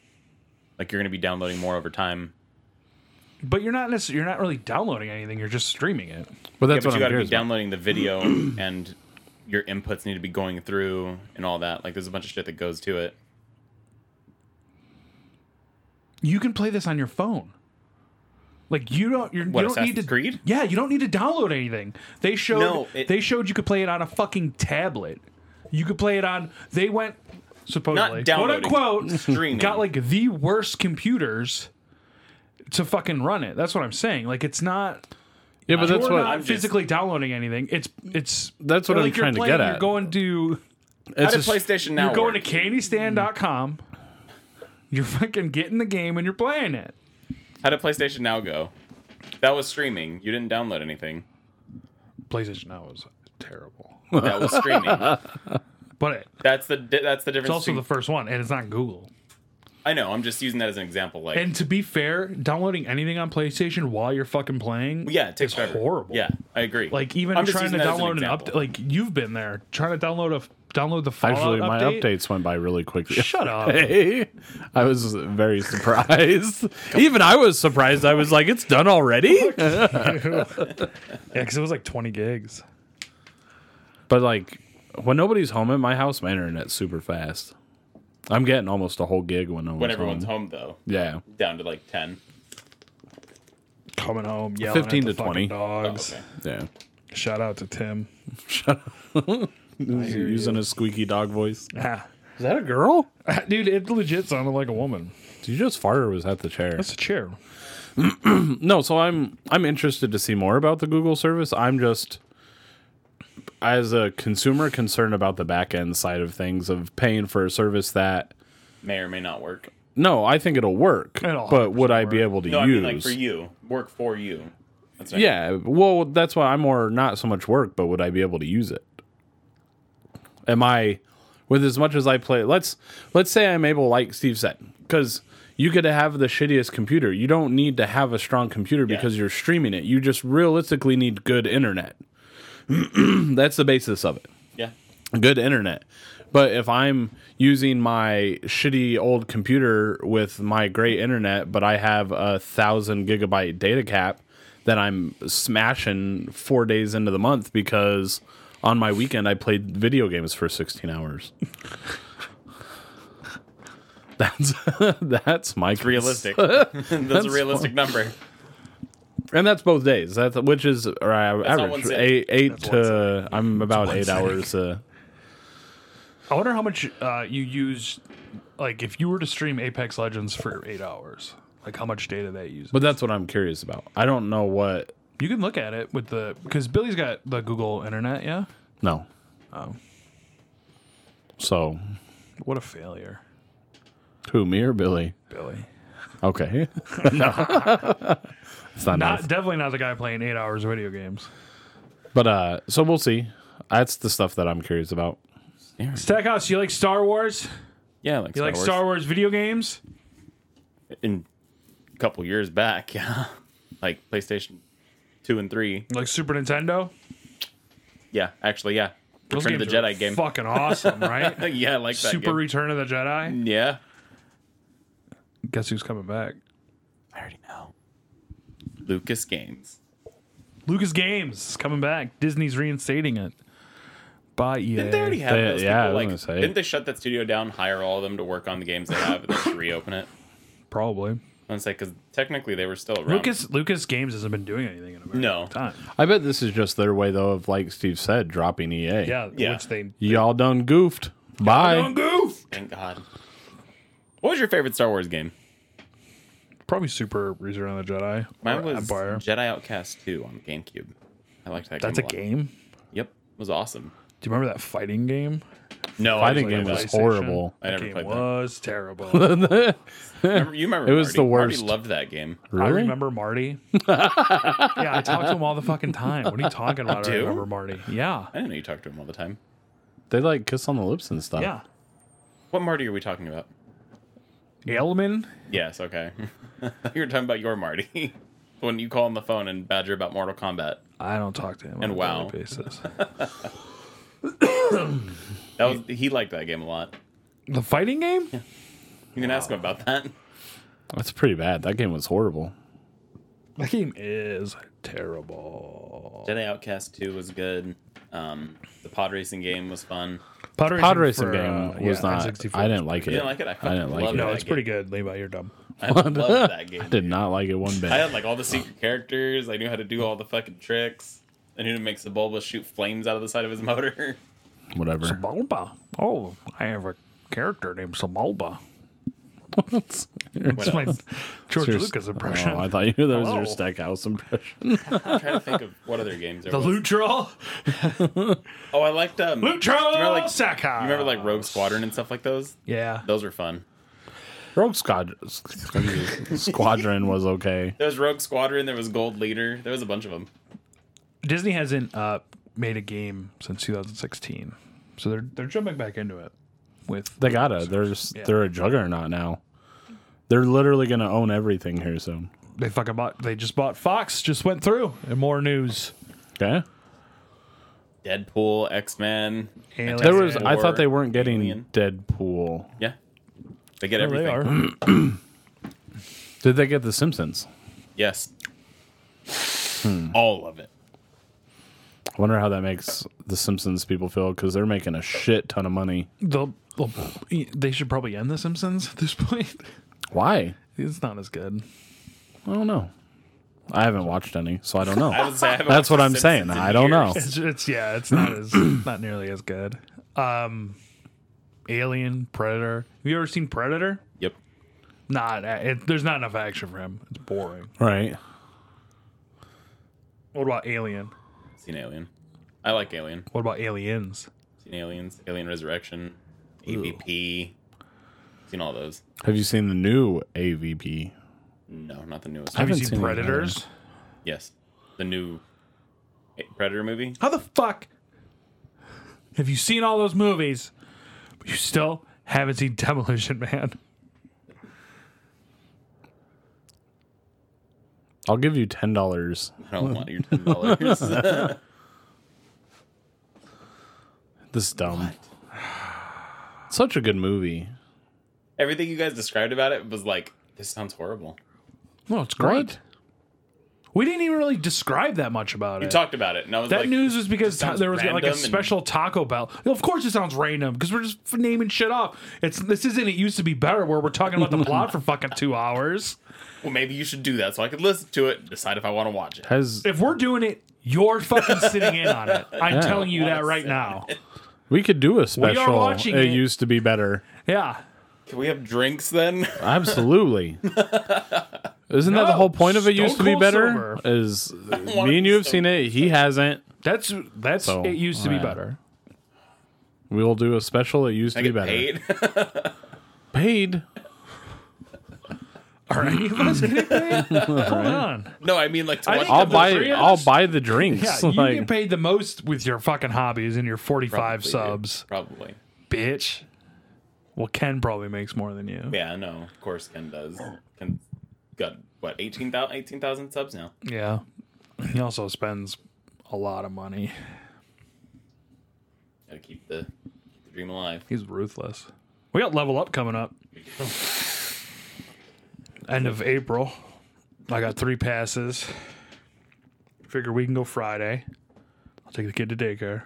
[SPEAKER 4] Like you're gonna be downloading more over time.
[SPEAKER 2] But you're not necessarily you're not really downloading anything. You're just streaming it.
[SPEAKER 3] But that's what
[SPEAKER 4] yeah, but you
[SPEAKER 3] I'm
[SPEAKER 4] gotta be
[SPEAKER 3] curious. about.
[SPEAKER 4] downloading the video and your inputs need to be going through and all that. Like there's a bunch of shit that goes to it.
[SPEAKER 2] You can play this on your phone. Like you don't you're,
[SPEAKER 4] What,
[SPEAKER 2] you don't need to
[SPEAKER 4] Assassin's Creed?
[SPEAKER 2] Yeah, you don't need to download anything. They showed
[SPEAKER 4] No, it-
[SPEAKER 2] they showed you could play it on a fucking tablet. You could play it on. They went supposedly quote
[SPEAKER 4] downloading,
[SPEAKER 2] unquote
[SPEAKER 4] streaming.
[SPEAKER 2] got like the worst computers to fucking run it. That's what I'm saying. Like it's not.
[SPEAKER 3] Yeah, but that's
[SPEAKER 2] you're
[SPEAKER 3] what
[SPEAKER 2] not
[SPEAKER 4] just-
[SPEAKER 2] physically downloading anything. It's it's
[SPEAKER 3] That's what
[SPEAKER 2] like
[SPEAKER 3] I'm
[SPEAKER 2] you're
[SPEAKER 3] trying to
[SPEAKER 2] playing,
[SPEAKER 3] get
[SPEAKER 2] You're
[SPEAKER 3] at.
[SPEAKER 2] going to
[SPEAKER 4] How
[SPEAKER 3] it's
[SPEAKER 4] did
[SPEAKER 3] just,
[SPEAKER 4] PlayStation now
[SPEAKER 2] you're going
[SPEAKER 4] work?
[SPEAKER 2] to candystand.com. You're fucking getting the game and you're playing it.
[SPEAKER 4] How did PlayStation Now go? That was streaming. You didn't download anything.
[SPEAKER 2] PlayStation Now is terrible,
[SPEAKER 4] That was streaming.
[SPEAKER 2] but it,
[SPEAKER 4] that's the di- that's the
[SPEAKER 2] it's
[SPEAKER 4] difference.
[SPEAKER 2] also
[SPEAKER 4] between-
[SPEAKER 2] the first one, and it's not Google.
[SPEAKER 4] I know. I'm just using that as an example. Like,
[SPEAKER 2] And to be fair, downloading anything on PlayStation while you're fucking playing,
[SPEAKER 4] yeah, it takes
[SPEAKER 2] is
[SPEAKER 4] forever.
[SPEAKER 2] horrible.
[SPEAKER 4] Yeah, I agree.
[SPEAKER 2] like even
[SPEAKER 4] I'm just
[SPEAKER 2] trying to
[SPEAKER 4] using that as
[SPEAKER 2] download an,
[SPEAKER 4] example.
[SPEAKER 2] update. Like you've been there trying to download a download the Fallout
[SPEAKER 3] Actually, my
[SPEAKER 2] update.
[SPEAKER 3] updates went by really quickly.
[SPEAKER 2] Shut up.
[SPEAKER 3] Hey, I was very surprised. Even I was surprised. I was like, "It's done already."
[SPEAKER 2] Yeah, because it was like 20 gigs.
[SPEAKER 3] But like, when nobody's home at my house, my internet's super fast. I'm getting almost a whole gig when no one's
[SPEAKER 4] when everyone's
[SPEAKER 3] home.
[SPEAKER 4] home though,
[SPEAKER 3] Yeah,
[SPEAKER 4] down to like ten.
[SPEAKER 2] Coming home, yelling 15 to 20 dogs.
[SPEAKER 4] Oh, okay.
[SPEAKER 3] yeah.
[SPEAKER 2] Shout out to Tim.
[SPEAKER 3] Using a squeaky dog voice.
[SPEAKER 2] Ah.
[SPEAKER 3] Is that a girl?
[SPEAKER 2] Dude, it legit sounded like a woman.
[SPEAKER 3] Did you just fart or was that the chair?
[SPEAKER 2] That's a chair.
[SPEAKER 3] no so i'm i'm interested to see more about the google service i'm just as a consumer concerned about the back end side of things of paying for a service that
[SPEAKER 4] May or may not work.
[SPEAKER 3] no i think it'll work
[SPEAKER 2] It'll
[SPEAKER 3] but would i be able to
[SPEAKER 4] No, I
[SPEAKER 3] use
[SPEAKER 4] mean like for you, work for you. That's what I
[SPEAKER 3] yeah well that's why i'm more not so much work but would i be able to use it am i with as much as i play let's let's say i'm able like steve said because you could have the shittiest computer you don't need to have a strong computer because you're streaming it you just realistically need good internet that's the basis of it
[SPEAKER 4] Yeah.
[SPEAKER 3] good internet. But if I'm using my shitty old computer with my great internet, but I have a thousand gigabyte data cap that I'm smashing four days into the month because on my weekend I played video games for 16 hours. that's that's my it's
[SPEAKER 4] Realistic. that's, a realistic number.
[SPEAKER 3] and that's both days. That's which is or I
[SPEAKER 4] one
[SPEAKER 3] average
[SPEAKER 4] sitting.
[SPEAKER 3] eight eight to I'm about eight hours. Uh,
[SPEAKER 2] I wonder how much uh, you use, like, if you were to stream Apex Legends for eight hours, like, how much data that uses.
[SPEAKER 3] but that's what I'm curious about. I don't know what
[SPEAKER 2] you can look at it with the, because Billy's got the Google internet, yeah?
[SPEAKER 3] No. Oh. So,
[SPEAKER 2] What a failure,
[SPEAKER 3] who, me or Billy?
[SPEAKER 2] Billy.
[SPEAKER 3] Okay. no. it's
[SPEAKER 2] Not
[SPEAKER 3] not, nice.
[SPEAKER 2] Uh, Definitely not the guy playing eight hours of video games.
[SPEAKER 3] But, uh, so we'll see. That's the stuff that I'm curious about.
[SPEAKER 2] Stackhouse, you like Star Wars?
[SPEAKER 4] Yeah, like
[SPEAKER 2] You
[SPEAKER 4] Star
[SPEAKER 2] like
[SPEAKER 4] Wars.
[SPEAKER 2] Star Wars video games?
[SPEAKER 4] in a couple years back, yeah. Like PlayStation two and three.
[SPEAKER 2] Like Super Nintendo?
[SPEAKER 4] Yeah, actually, yeah. Return of the
[SPEAKER 2] games are
[SPEAKER 4] Jedi game.
[SPEAKER 2] Fucking awesome, right?
[SPEAKER 4] yeah, I like that
[SPEAKER 2] Super
[SPEAKER 4] game.
[SPEAKER 2] Return of the Jedi?
[SPEAKER 4] yeah.
[SPEAKER 2] Guess who's coming back?
[SPEAKER 4] I already know. Lucas Games.
[SPEAKER 2] Lucas Games is coming back. Disney's reinstating it. Bye E EA.
[SPEAKER 4] Didn't they already have
[SPEAKER 3] They-
[SPEAKER 4] those
[SPEAKER 3] yeah, I
[SPEAKER 4] people?
[SPEAKER 3] was
[SPEAKER 4] Like,
[SPEAKER 3] gonna say.
[SPEAKER 4] didn't they shut that studio down, hire all of them to work on the games they have, and then just reopen it?
[SPEAKER 2] Probably.
[SPEAKER 4] I'm say because technically they were still around.
[SPEAKER 2] Lucas Lucas Games hasn't been doing anything in a very
[SPEAKER 4] No.
[SPEAKER 2] long time.
[SPEAKER 3] I bet this is just their way, though, of, like Steve said, dropping EA.
[SPEAKER 2] Yeah,
[SPEAKER 4] Yeah.
[SPEAKER 2] which they
[SPEAKER 3] Y'all done goofed. Bye.
[SPEAKER 2] goof.
[SPEAKER 4] Thank God. What was your favorite Star Wars game?
[SPEAKER 2] Probably Super Return of the Jedi.
[SPEAKER 4] Mine
[SPEAKER 2] or
[SPEAKER 4] was
[SPEAKER 2] Empire.
[SPEAKER 4] Jedi Outcast 2 on GameCube. I liked that
[SPEAKER 2] That's a
[SPEAKER 4] game. lot.
[SPEAKER 2] game.
[SPEAKER 4] Yep. It was awesome.
[SPEAKER 2] Do you remember that fighting game?
[SPEAKER 4] No, I
[SPEAKER 3] Fighting
[SPEAKER 4] didn't
[SPEAKER 3] game
[SPEAKER 4] play
[SPEAKER 3] was
[SPEAKER 4] that.
[SPEAKER 2] PlayStation?
[SPEAKER 3] horrible.
[SPEAKER 4] I never
[SPEAKER 2] game
[SPEAKER 4] played that.
[SPEAKER 2] was terrible.
[SPEAKER 4] Remember- you remember
[SPEAKER 3] It was the
[SPEAKER 4] Marty.
[SPEAKER 3] worst.
[SPEAKER 4] Marty loved that game.
[SPEAKER 2] I
[SPEAKER 3] Really?
[SPEAKER 2] remember Marty. yeah, I talk to him all the fucking time. What are you talking about? I
[SPEAKER 4] Do?
[SPEAKER 2] remember Marty. Yeah.
[SPEAKER 4] I didn't know you talked to him all the time.
[SPEAKER 3] They, like, kiss on the lips and
[SPEAKER 4] Oh.
[SPEAKER 3] stuff.
[SPEAKER 2] Yeah.
[SPEAKER 4] What Marty are we talking about?
[SPEAKER 2] Ailman?
[SPEAKER 4] Yes, okay. you were talking about your Marty. the one you call on the phone and badger about Mortal Kombat.
[SPEAKER 2] I don't talk to him on
[SPEAKER 4] And
[SPEAKER 2] a
[SPEAKER 4] WoW.
[SPEAKER 2] daily basis.
[SPEAKER 4] That was he liked that game a lot.
[SPEAKER 2] the fighting game?
[SPEAKER 4] You can ask him about that.
[SPEAKER 3] That's pretty bad. That game was horrible.
[SPEAKER 2] That game is terrible.
[SPEAKER 4] Jedi Outcast 2 was good. Um, the pod racing game was fun.
[SPEAKER 2] Pod racing,
[SPEAKER 3] Pod racing
[SPEAKER 2] for,
[SPEAKER 3] game
[SPEAKER 2] uh,
[SPEAKER 3] was
[SPEAKER 2] yeah,
[SPEAKER 3] not.
[SPEAKER 2] 64.
[SPEAKER 3] I didn't like it.
[SPEAKER 4] You didn't like it? I
[SPEAKER 3] I, didn't
[SPEAKER 4] fucking
[SPEAKER 3] like
[SPEAKER 4] loved
[SPEAKER 3] it.
[SPEAKER 4] it.
[SPEAKER 2] No, it's pretty good. Levi, you're dumb.
[SPEAKER 4] I loved that game.
[SPEAKER 3] I did not like it one
[SPEAKER 4] I
[SPEAKER 3] bit.
[SPEAKER 4] had like all the secret characters. I knew how to do all the fucking tricks. I knew to make Sebulba shoot flames out of the side of his motor.
[SPEAKER 3] Whatever.
[SPEAKER 2] Sabalba. Oh, I have a character named Sabalba.
[SPEAKER 3] It's
[SPEAKER 2] That's my George
[SPEAKER 3] your-
[SPEAKER 2] Lucas impression.
[SPEAKER 3] Oh, I thought you that was
[SPEAKER 2] Hello.
[SPEAKER 3] your Stackhouse impression.
[SPEAKER 4] I'm trying to think of what other games there
[SPEAKER 2] the
[SPEAKER 4] was.
[SPEAKER 2] loot draw,
[SPEAKER 4] Oh, I liked um,
[SPEAKER 2] loot draw,
[SPEAKER 4] You remember, like,
[SPEAKER 2] Sakai.
[SPEAKER 4] you remember like Rogue Squadron and stuff like those?
[SPEAKER 2] yeah,
[SPEAKER 4] Those were fun.
[SPEAKER 3] Rogue Squad- Squadron was okay.
[SPEAKER 4] There was Rogue Squadron. There was Gold Leader. There was a bunch of them.
[SPEAKER 2] Disney hasn't uh, made a game since 2016, so they're they're jumping back into it with
[SPEAKER 3] They gotta. They're just
[SPEAKER 2] Yeah.
[SPEAKER 3] they're a juggernaut now. They're literally gonna own everything here soon.
[SPEAKER 2] they fucking bought they just bought Fox just went through and more news.
[SPEAKER 3] Okay.
[SPEAKER 4] Deadpool, X Men.
[SPEAKER 2] Aliens.
[SPEAKER 3] There was. I
[SPEAKER 4] Or
[SPEAKER 3] thought they weren't getting
[SPEAKER 4] Alien.
[SPEAKER 3] Deadpool.
[SPEAKER 4] Yeah, they get
[SPEAKER 2] Oh,
[SPEAKER 4] everything.
[SPEAKER 2] they are.
[SPEAKER 3] Did they get The Simpsons?
[SPEAKER 4] Yes,
[SPEAKER 3] Hmm.
[SPEAKER 4] all of it.
[SPEAKER 3] I wonder how that makes The Simpsons people feel because they're making a shit ton of money.
[SPEAKER 2] They'll- they'll- they should probably end The Simpsons at this point.
[SPEAKER 3] Why?
[SPEAKER 2] It's not as good.
[SPEAKER 3] I don't know. I haven't watched any, so I don't know.
[SPEAKER 4] I would say I haven't
[SPEAKER 3] That's
[SPEAKER 4] watched
[SPEAKER 3] what
[SPEAKER 4] The
[SPEAKER 3] I'm saying.
[SPEAKER 4] Simpsons in
[SPEAKER 3] I don't know.
[SPEAKER 4] years.
[SPEAKER 2] It's, it's yeah, it's not as not nearly as good. Um, Alien, Predator. Have you ever seen Predator?
[SPEAKER 4] Yep.
[SPEAKER 2] Not a- it, there's not enough action for him. It's boring.
[SPEAKER 3] Right.
[SPEAKER 2] What about Alien?
[SPEAKER 4] Seen Alien. I like Alien.
[SPEAKER 2] What about Aliens?
[SPEAKER 4] Seen Aliens. Alien Resurrection. EVP. Seen all those.
[SPEAKER 3] Have you seen the new AVP?
[SPEAKER 4] No, not the newest.
[SPEAKER 2] Have
[SPEAKER 4] one.
[SPEAKER 2] you
[SPEAKER 3] haven't
[SPEAKER 2] seen,
[SPEAKER 3] seen it,
[SPEAKER 2] Predators?
[SPEAKER 4] Yes, the new Predator movie.
[SPEAKER 2] How the fuck have you seen all those movies, but you still haven't seen Demolition Man?
[SPEAKER 3] I'll give you ten dollars.
[SPEAKER 4] I don't want your ten dollars.
[SPEAKER 3] This is dumb. Such a good movie.
[SPEAKER 4] Everything you guys described about it was like, this sounds horrible.
[SPEAKER 2] Well, it's great. We didn't even really describe that much about
[SPEAKER 4] You
[SPEAKER 2] it.
[SPEAKER 4] talked about it, and I was
[SPEAKER 2] That
[SPEAKER 4] like,
[SPEAKER 2] news was because
[SPEAKER 4] sounds
[SPEAKER 2] there was like
[SPEAKER 4] random
[SPEAKER 2] a
[SPEAKER 4] and-
[SPEAKER 2] special Taco Bell. Of course, it sounds random because we're just f- naming shit off. It's this isn't. It used to be better where we're talking about the plot for fucking two hours.
[SPEAKER 4] well, maybe you should do that so I could listen to it and decide if I want to watch it.
[SPEAKER 3] Has
[SPEAKER 2] If we're doing it, you're fucking sitting in on it. I'm
[SPEAKER 3] Yeah.
[SPEAKER 2] telling you that right
[SPEAKER 4] sit
[SPEAKER 2] now.
[SPEAKER 3] we could do a
[SPEAKER 2] are
[SPEAKER 3] special? It,
[SPEAKER 2] watching it.
[SPEAKER 3] used to be better.
[SPEAKER 2] Yeah,
[SPEAKER 4] Can we have drinks then?
[SPEAKER 3] Uh, Absolutely. Isn't that the
[SPEAKER 2] No,
[SPEAKER 3] whole point of it?
[SPEAKER 2] Stone
[SPEAKER 3] Used to be
[SPEAKER 2] Cold
[SPEAKER 3] better.
[SPEAKER 2] Sober.
[SPEAKER 3] Is
[SPEAKER 4] wanna
[SPEAKER 3] me and
[SPEAKER 4] be
[SPEAKER 3] you have
[SPEAKER 4] Stone
[SPEAKER 3] seen it. He hasn't.
[SPEAKER 2] that's that's
[SPEAKER 3] So,
[SPEAKER 2] it. Used to be
[SPEAKER 3] alright.
[SPEAKER 2] better.
[SPEAKER 3] We will do a special. It used to
[SPEAKER 4] I
[SPEAKER 3] be
[SPEAKER 4] get
[SPEAKER 3] better.
[SPEAKER 4] paid.
[SPEAKER 3] Paid?
[SPEAKER 2] All right, you guys getting paid? Hold on.
[SPEAKER 4] no, I mean like to
[SPEAKER 2] I
[SPEAKER 4] watch.
[SPEAKER 2] think
[SPEAKER 3] I'll
[SPEAKER 2] the
[SPEAKER 3] buy.
[SPEAKER 2] three of
[SPEAKER 3] I'll
[SPEAKER 2] us-
[SPEAKER 3] buy the drinks.
[SPEAKER 2] Yeah,
[SPEAKER 3] like,
[SPEAKER 2] you get paid the most with your fucking hobbies and your 45
[SPEAKER 4] Probably, dude.
[SPEAKER 2] subs,
[SPEAKER 4] Probably.
[SPEAKER 2] bitch. Well, Ken probably makes more than you.
[SPEAKER 4] Yeah, no. Of course, Ken does. Ken got what 18,000 18,000 subs now.
[SPEAKER 2] Yeah. He also spends a lot of money.
[SPEAKER 4] Gotta keep the, keep the dream alive.
[SPEAKER 2] He's ruthless. We got level up coming up. End of April. I got three passes. Figure we can go Friday. I'll take the kid to daycare.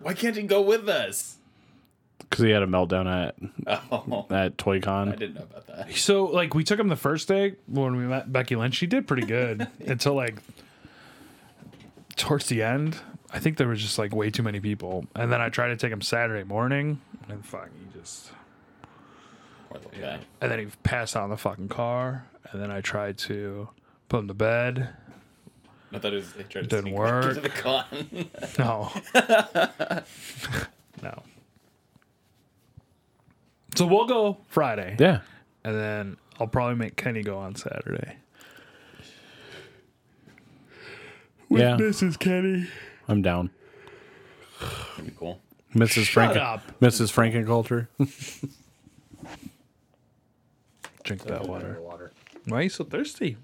[SPEAKER 4] Why can't you go with us?
[SPEAKER 3] because he had a meltdown at
[SPEAKER 4] Oh,
[SPEAKER 3] at
[SPEAKER 4] I
[SPEAKER 3] ToyCon.
[SPEAKER 4] didn't know about that.
[SPEAKER 2] So like we took him the first day when we met Becky Lynch. She did pretty good until like towards the end. I think there was just like way too many people. And then I tried to take him Saturday morning and fuck he just
[SPEAKER 4] Or the way back.
[SPEAKER 2] and then he passed out in the fucking car. And then I tried to put him to bed.
[SPEAKER 4] I thought it was they tried to
[SPEAKER 2] Didn't
[SPEAKER 4] sneak back into
[SPEAKER 2] work.
[SPEAKER 4] the con.
[SPEAKER 2] No. no. So we'll go Friday.
[SPEAKER 3] Yeah,
[SPEAKER 2] And then I'll probably make Kenny go on Saturday.
[SPEAKER 3] yeah.
[SPEAKER 2] Mrs. Kenny.
[SPEAKER 3] I'm down.
[SPEAKER 4] That'd be cool.
[SPEAKER 3] Mrs.
[SPEAKER 2] Shut
[SPEAKER 3] Franken.
[SPEAKER 2] up.
[SPEAKER 3] Mrs. Frankenculture.
[SPEAKER 2] Drink that water. Why are you so thirsty?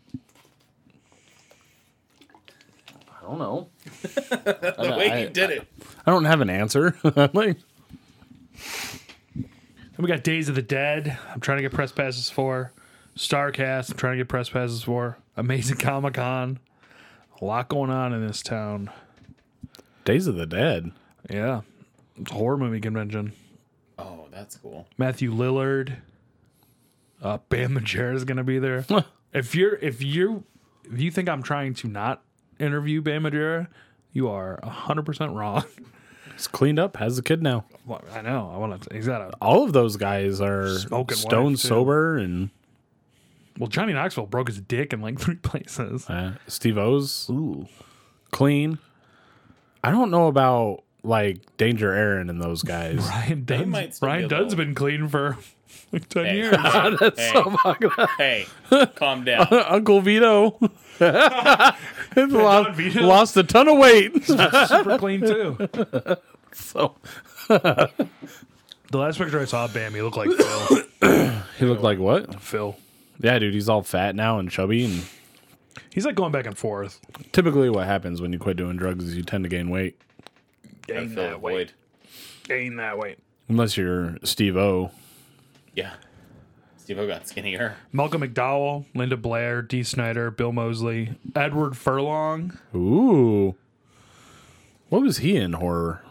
[SPEAKER 3] I don't know.
[SPEAKER 4] The way he did it.
[SPEAKER 3] I don't have an answer. I'm like,
[SPEAKER 2] Then we got Days of the Dead. I'm trying to get press passes for Starcast. I'm trying to get press passes for Amazing Comic Con. A lot going on in this town.
[SPEAKER 3] Days of the Dead.
[SPEAKER 2] Yeah, it's a horror movie convention.
[SPEAKER 4] Oh, that's cool.
[SPEAKER 2] Matthew Lillard. Uh, Bam Majera is going to be there. if you're if you if you think I'm trying to not interview Bam Majera, you are 100% wrong.
[SPEAKER 3] It's cleaned up, has the kid now.
[SPEAKER 2] Well, I know. I want to. He's got a
[SPEAKER 3] All of those guys are
[SPEAKER 2] Smoking
[SPEAKER 3] stone
[SPEAKER 2] wife, too.
[SPEAKER 3] sober, and
[SPEAKER 2] well. Johnny Knoxville broke his dick in like three places.
[SPEAKER 3] uh, Steve O's clean. I don't know about like Danger Aaron and those guys.
[SPEAKER 2] Brian Dunn's,
[SPEAKER 4] might still
[SPEAKER 2] Brian
[SPEAKER 4] be a
[SPEAKER 2] Dunn's
[SPEAKER 4] little-
[SPEAKER 2] been clean for like ten
[SPEAKER 4] Hey.
[SPEAKER 2] years.
[SPEAKER 3] That's
[SPEAKER 4] Hey.
[SPEAKER 3] so fucking.
[SPEAKER 4] Hey, calm down.
[SPEAKER 3] Uncle Vito lost,
[SPEAKER 2] Vito.
[SPEAKER 3] lost a ton of weight.
[SPEAKER 2] Super clean too.
[SPEAKER 3] so
[SPEAKER 2] The last picture I saw of Bam, he looked like Phil.
[SPEAKER 3] he looked like what?
[SPEAKER 2] Phil.
[SPEAKER 3] Yeah, dude, he's all fat now and chubby. And
[SPEAKER 2] He's like going back and forth.
[SPEAKER 3] typically, what happens when you quit doing drugs is you tend to gain weight,
[SPEAKER 4] Gotta fill the void.
[SPEAKER 2] Gain that weight.
[SPEAKER 3] unless you're Steve O.
[SPEAKER 4] Yeah. Steve O got skinnier.
[SPEAKER 2] Malcolm McDowell, Linda Blair, Dee Snyder, Bill Mosley, Edward Furlong.
[SPEAKER 3] Ooh, what was he in horror?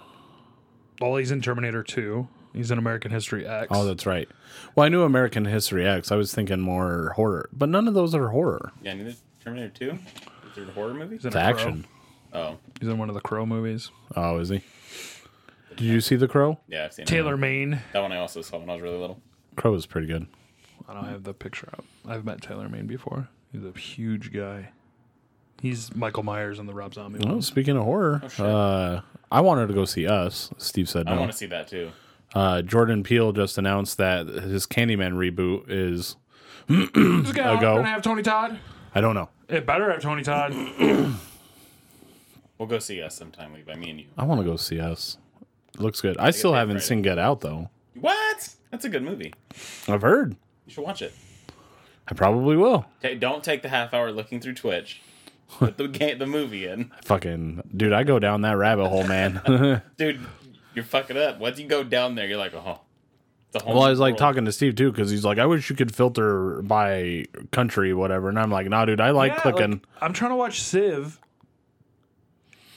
[SPEAKER 2] Well, he's in Terminator 2. He's in American History X.
[SPEAKER 3] Oh, that's right. Well, I knew American History X. I was thinking more horror, but none of those are horror.
[SPEAKER 4] Yeah, neither Terminator 2? Is it a horror movie?
[SPEAKER 2] he's in
[SPEAKER 3] It's
[SPEAKER 2] a Crow.
[SPEAKER 3] action.
[SPEAKER 4] Oh,
[SPEAKER 2] He's in one of the Crow movies.
[SPEAKER 3] Oh, is he? Did you see The Crow?
[SPEAKER 4] yeah, I've seen it.
[SPEAKER 2] Taylor Maine.
[SPEAKER 4] That one I also saw when I was really little.
[SPEAKER 3] Crow is pretty good.
[SPEAKER 2] I don't have the picture up. I've met Taylor Maine before. He's a huge guy. He's Michael Myers in the Rob Zombie
[SPEAKER 3] Well,
[SPEAKER 2] movies.
[SPEAKER 3] speaking of horror, uh, I wanted to go see Us. Steve said
[SPEAKER 4] I
[SPEAKER 3] no.
[SPEAKER 4] want to see that too.
[SPEAKER 3] Uh, Jordan Peele just announced that his Candyman reboot is.
[SPEAKER 2] Is this guy
[SPEAKER 3] I'll go.
[SPEAKER 2] gonna have Tony Todd?
[SPEAKER 3] I don't know.
[SPEAKER 2] It better have Tony Todd.
[SPEAKER 4] We'll go see us sometime, Lee, by me and you.
[SPEAKER 3] I want to go see Us. Looks good. I still
[SPEAKER 4] paid
[SPEAKER 3] haven't
[SPEAKER 4] Friday.
[SPEAKER 3] seen Get Out though.
[SPEAKER 4] What? That's a good movie.
[SPEAKER 3] I've heard.
[SPEAKER 4] You should watch it.
[SPEAKER 3] I probably will.
[SPEAKER 4] Ta- don't take the half hour looking through Twitch. Put the game, the movie in,
[SPEAKER 3] Fucking dude, I go down that rabbit hole, man.
[SPEAKER 4] dude. You're fucking up. Once you go down there, you're like, oh, it's a whole.
[SPEAKER 3] well, I
[SPEAKER 4] new
[SPEAKER 3] was like
[SPEAKER 4] world.
[SPEAKER 3] talking to Steve too because he's like, I wish you could filter by country, whatever. And I'm like, Nah, dude, I like
[SPEAKER 2] Yeah,
[SPEAKER 3] clicking.
[SPEAKER 2] like, I'm trying to watch Civ.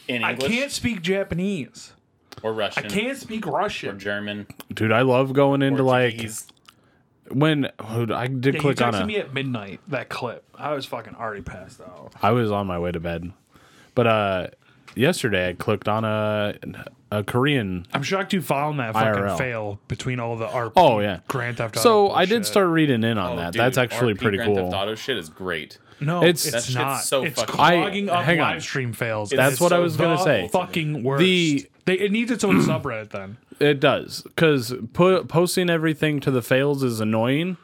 [SPEAKER 4] in
[SPEAKER 2] I
[SPEAKER 4] English
[SPEAKER 2] can't speak Japanese.
[SPEAKER 4] or Russian,
[SPEAKER 2] I can't speak Russian.
[SPEAKER 4] or German,
[SPEAKER 3] dude, I love going into
[SPEAKER 4] Portuguese.
[SPEAKER 3] like when dude, I did
[SPEAKER 2] Yeah,
[SPEAKER 3] click
[SPEAKER 2] you
[SPEAKER 3] on
[SPEAKER 2] texted
[SPEAKER 3] a.
[SPEAKER 2] me at midnight. That clip, I was fucking already passed out.
[SPEAKER 3] I was on my way to bed, but uh, yesterday I clicked on a a Korean
[SPEAKER 2] I'm shocked you found that fucking
[SPEAKER 3] IRL.
[SPEAKER 2] fail between all the RP.
[SPEAKER 3] Oh yeah,
[SPEAKER 2] Grand Theft Auto.
[SPEAKER 3] So I did
[SPEAKER 2] bullshit.
[SPEAKER 3] start reading in on
[SPEAKER 4] Oh,
[SPEAKER 3] that.
[SPEAKER 4] dude,
[SPEAKER 3] That's actually
[SPEAKER 4] RP
[SPEAKER 3] pretty
[SPEAKER 4] Grand
[SPEAKER 3] cool.
[SPEAKER 4] Theft Auto shit is great.
[SPEAKER 2] No,
[SPEAKER 3] It's-
[SPEAKER 2] it's,
[SPEAKER 3] That shit's
[SPEAKER 2] not.
[SPEAKER 4] so
[SPEAKER 2] it's
[SPEAKER 4] fucking-
[SPEAKER 2] clogging
[SPEAKER 3] I-
[SPEAKER 2] up
[SPEAKER 3] hang on.
[SPEAKER 2] live stream fails.
[SPEAKER 4] That's
[SPEAKER 3] what I
[SPEAKER 2] so
[SPEAKER 3] was gonna
[SPEAKER 2] the
[SPEAKER 3] say.
[SPEAKER 2] Fucking worst.
[SPEAKER 3] The-
[SPEAKER 2] they, it needs its own subreddit then.
[SPEAKER 3] It does because po- posting everything to the fails is annoying,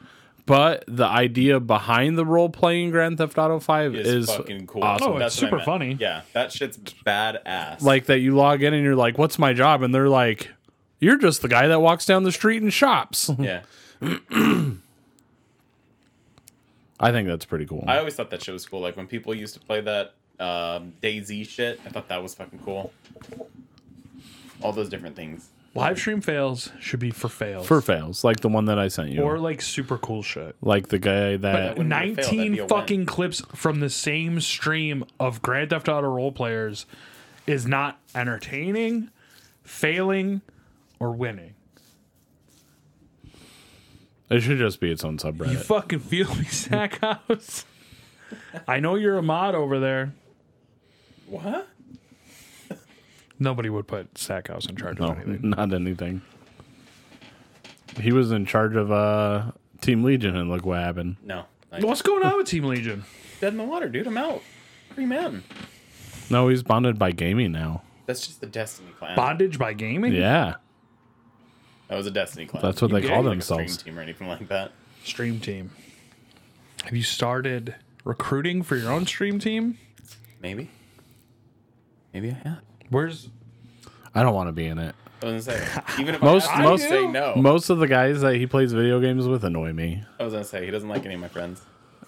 [SPEAKER 3] but the idea behind the role playing Grand Theft Auto Five
[SPEAKER 4] Is,
[SPEAKER 3] is
[SPEAKER 4] fucking cool.
[SPEAKER 3] awesome.
[SPEAKER 2] Oh, it's
[SPEAKER 4] That's what I
[SPEAKER 2] super
[SPEAKER 4] meant.
[SPEAKER 2] funny.
[SPEAKER 4] Yeah, that shit's badass.
[SPEAKER 3] Like that, you log in and you're like, "What's my job?" and they're like, "You're just the guy that walks down the street and shops."
[SPEAKER 4] yeah.
[SPEAKER 3] I think that's pretty cool.
[SPEAKER 4] I always thought that shit was cool. Like when people used to play that um, Daisy shit, I thought that was fucking cool. All those different things.
[SPEAKER 2] Live stream fails should be for fails
[SPEAKER 3] For fails, like the one that I sent you,
[SPEAKER 2] or like super cool shit.
[SPEAKER 3] like the guy that
[SPEAKER 4] But wouldn't be a fail, that'd be a
[SPEAKER 2] 19
[SPEAKER 4] win.
[SPEAKER 2] fucking clips from the same stream of Grand Theft Auto role players is not entertaining, failing, or winning.
[SPEAKER 3] it should just be its own subreddit.
[SPEAKER 2] uh, You fucking feel me, Sackhouse? I know you're a mod over there.
[SPEAKER 4] What?
[SPEAKER 2] Nobody would put Sackhouse in charge
[SPEAKER 3] No,
[SPEAKER 2] of anything.
[SPEAKER 3] not anything. He was in charge of uh, Team Legion, and look what happened.
[SPEAKER 4] No. I-
[SPEAKER 2] What's going on with Team Legion?
[SPEAKER 4] dead in the water, dude. I'm out. Free man.
[SPEAKER 3] No, he's bonded by gaming now.
[SPEAKER 4] That's just the Destiny clan.
[SPEAKER 2] Bondage by gaming?
[SPEAKER 3] Yeah,
[SPEAKER 4] that was a Destiny clan.
[SPEAKER 3] that's what they
[SPEAKER 4] It
[SPEAKER 3] call
[SPEAKER 4] wasn't like a
[SPEAKER 3] themselves.
[SPEAKER 4] stream team or anything like that.
[SPEAKER 2] Stream team. Have you started recruiting for your own stream team?
[SPEAKER 4] Maybe. Maybe I have.
[SPEAKER 2] Where's
[SPEAKER 3] I don't want to be in it.
[SPEAKER 4] I was gonna say, even if
[SPEAKER 3] Most-
[SPEAKER 4] I,
[SPEAKER 3] most-
[SPEAKER 4] I say
[SPEAKER 2] Oh.
[SPEAKER 4] no,
[SPEAKER 3] Most of the guys that he plays video games with annoy me,
[SPEAKER 4] I was gonna say he doesn't like any of my friends.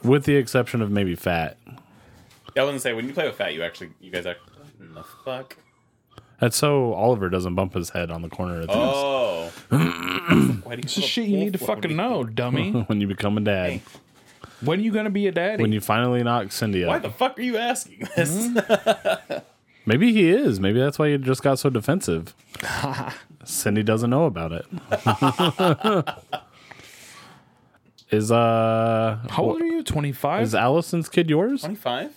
[SPEAKER 3] with the exception of maybe Fat.
[SPEAKER 4] I was gonna say when you play with Fat, you actually, you guys act. What in the fuck?
[SPEAKER 3] That's so Oliver doesn't bump his head on the corner of things
[SPEAKER 4] Oh, why do you
[SPEAKER 2] the shit you need to fucking know, dummy?
[SPEAKER 3] when you become a dad.
[SPEAKER 4] Oh. Hey.
[SPEAKER 2] When you gonna be a daddy?
[SPEAKER 3] When you finally knock Cindy
[SPEAKER 4] Why
[SPEAKER 3] up,
[SPEAKER 4] the fuck are you asking this?
[SPEAKER 2] Hmm?
[SPEAKER 3] maybe he is. Maybe that's why he just got so defensive. Cindy doesn't know about it. Is uh
[SPEAKER 2] How old are you? 25?
[SPEAKER 3] is Allison's kid yours?
[SPEAKER 4] 25?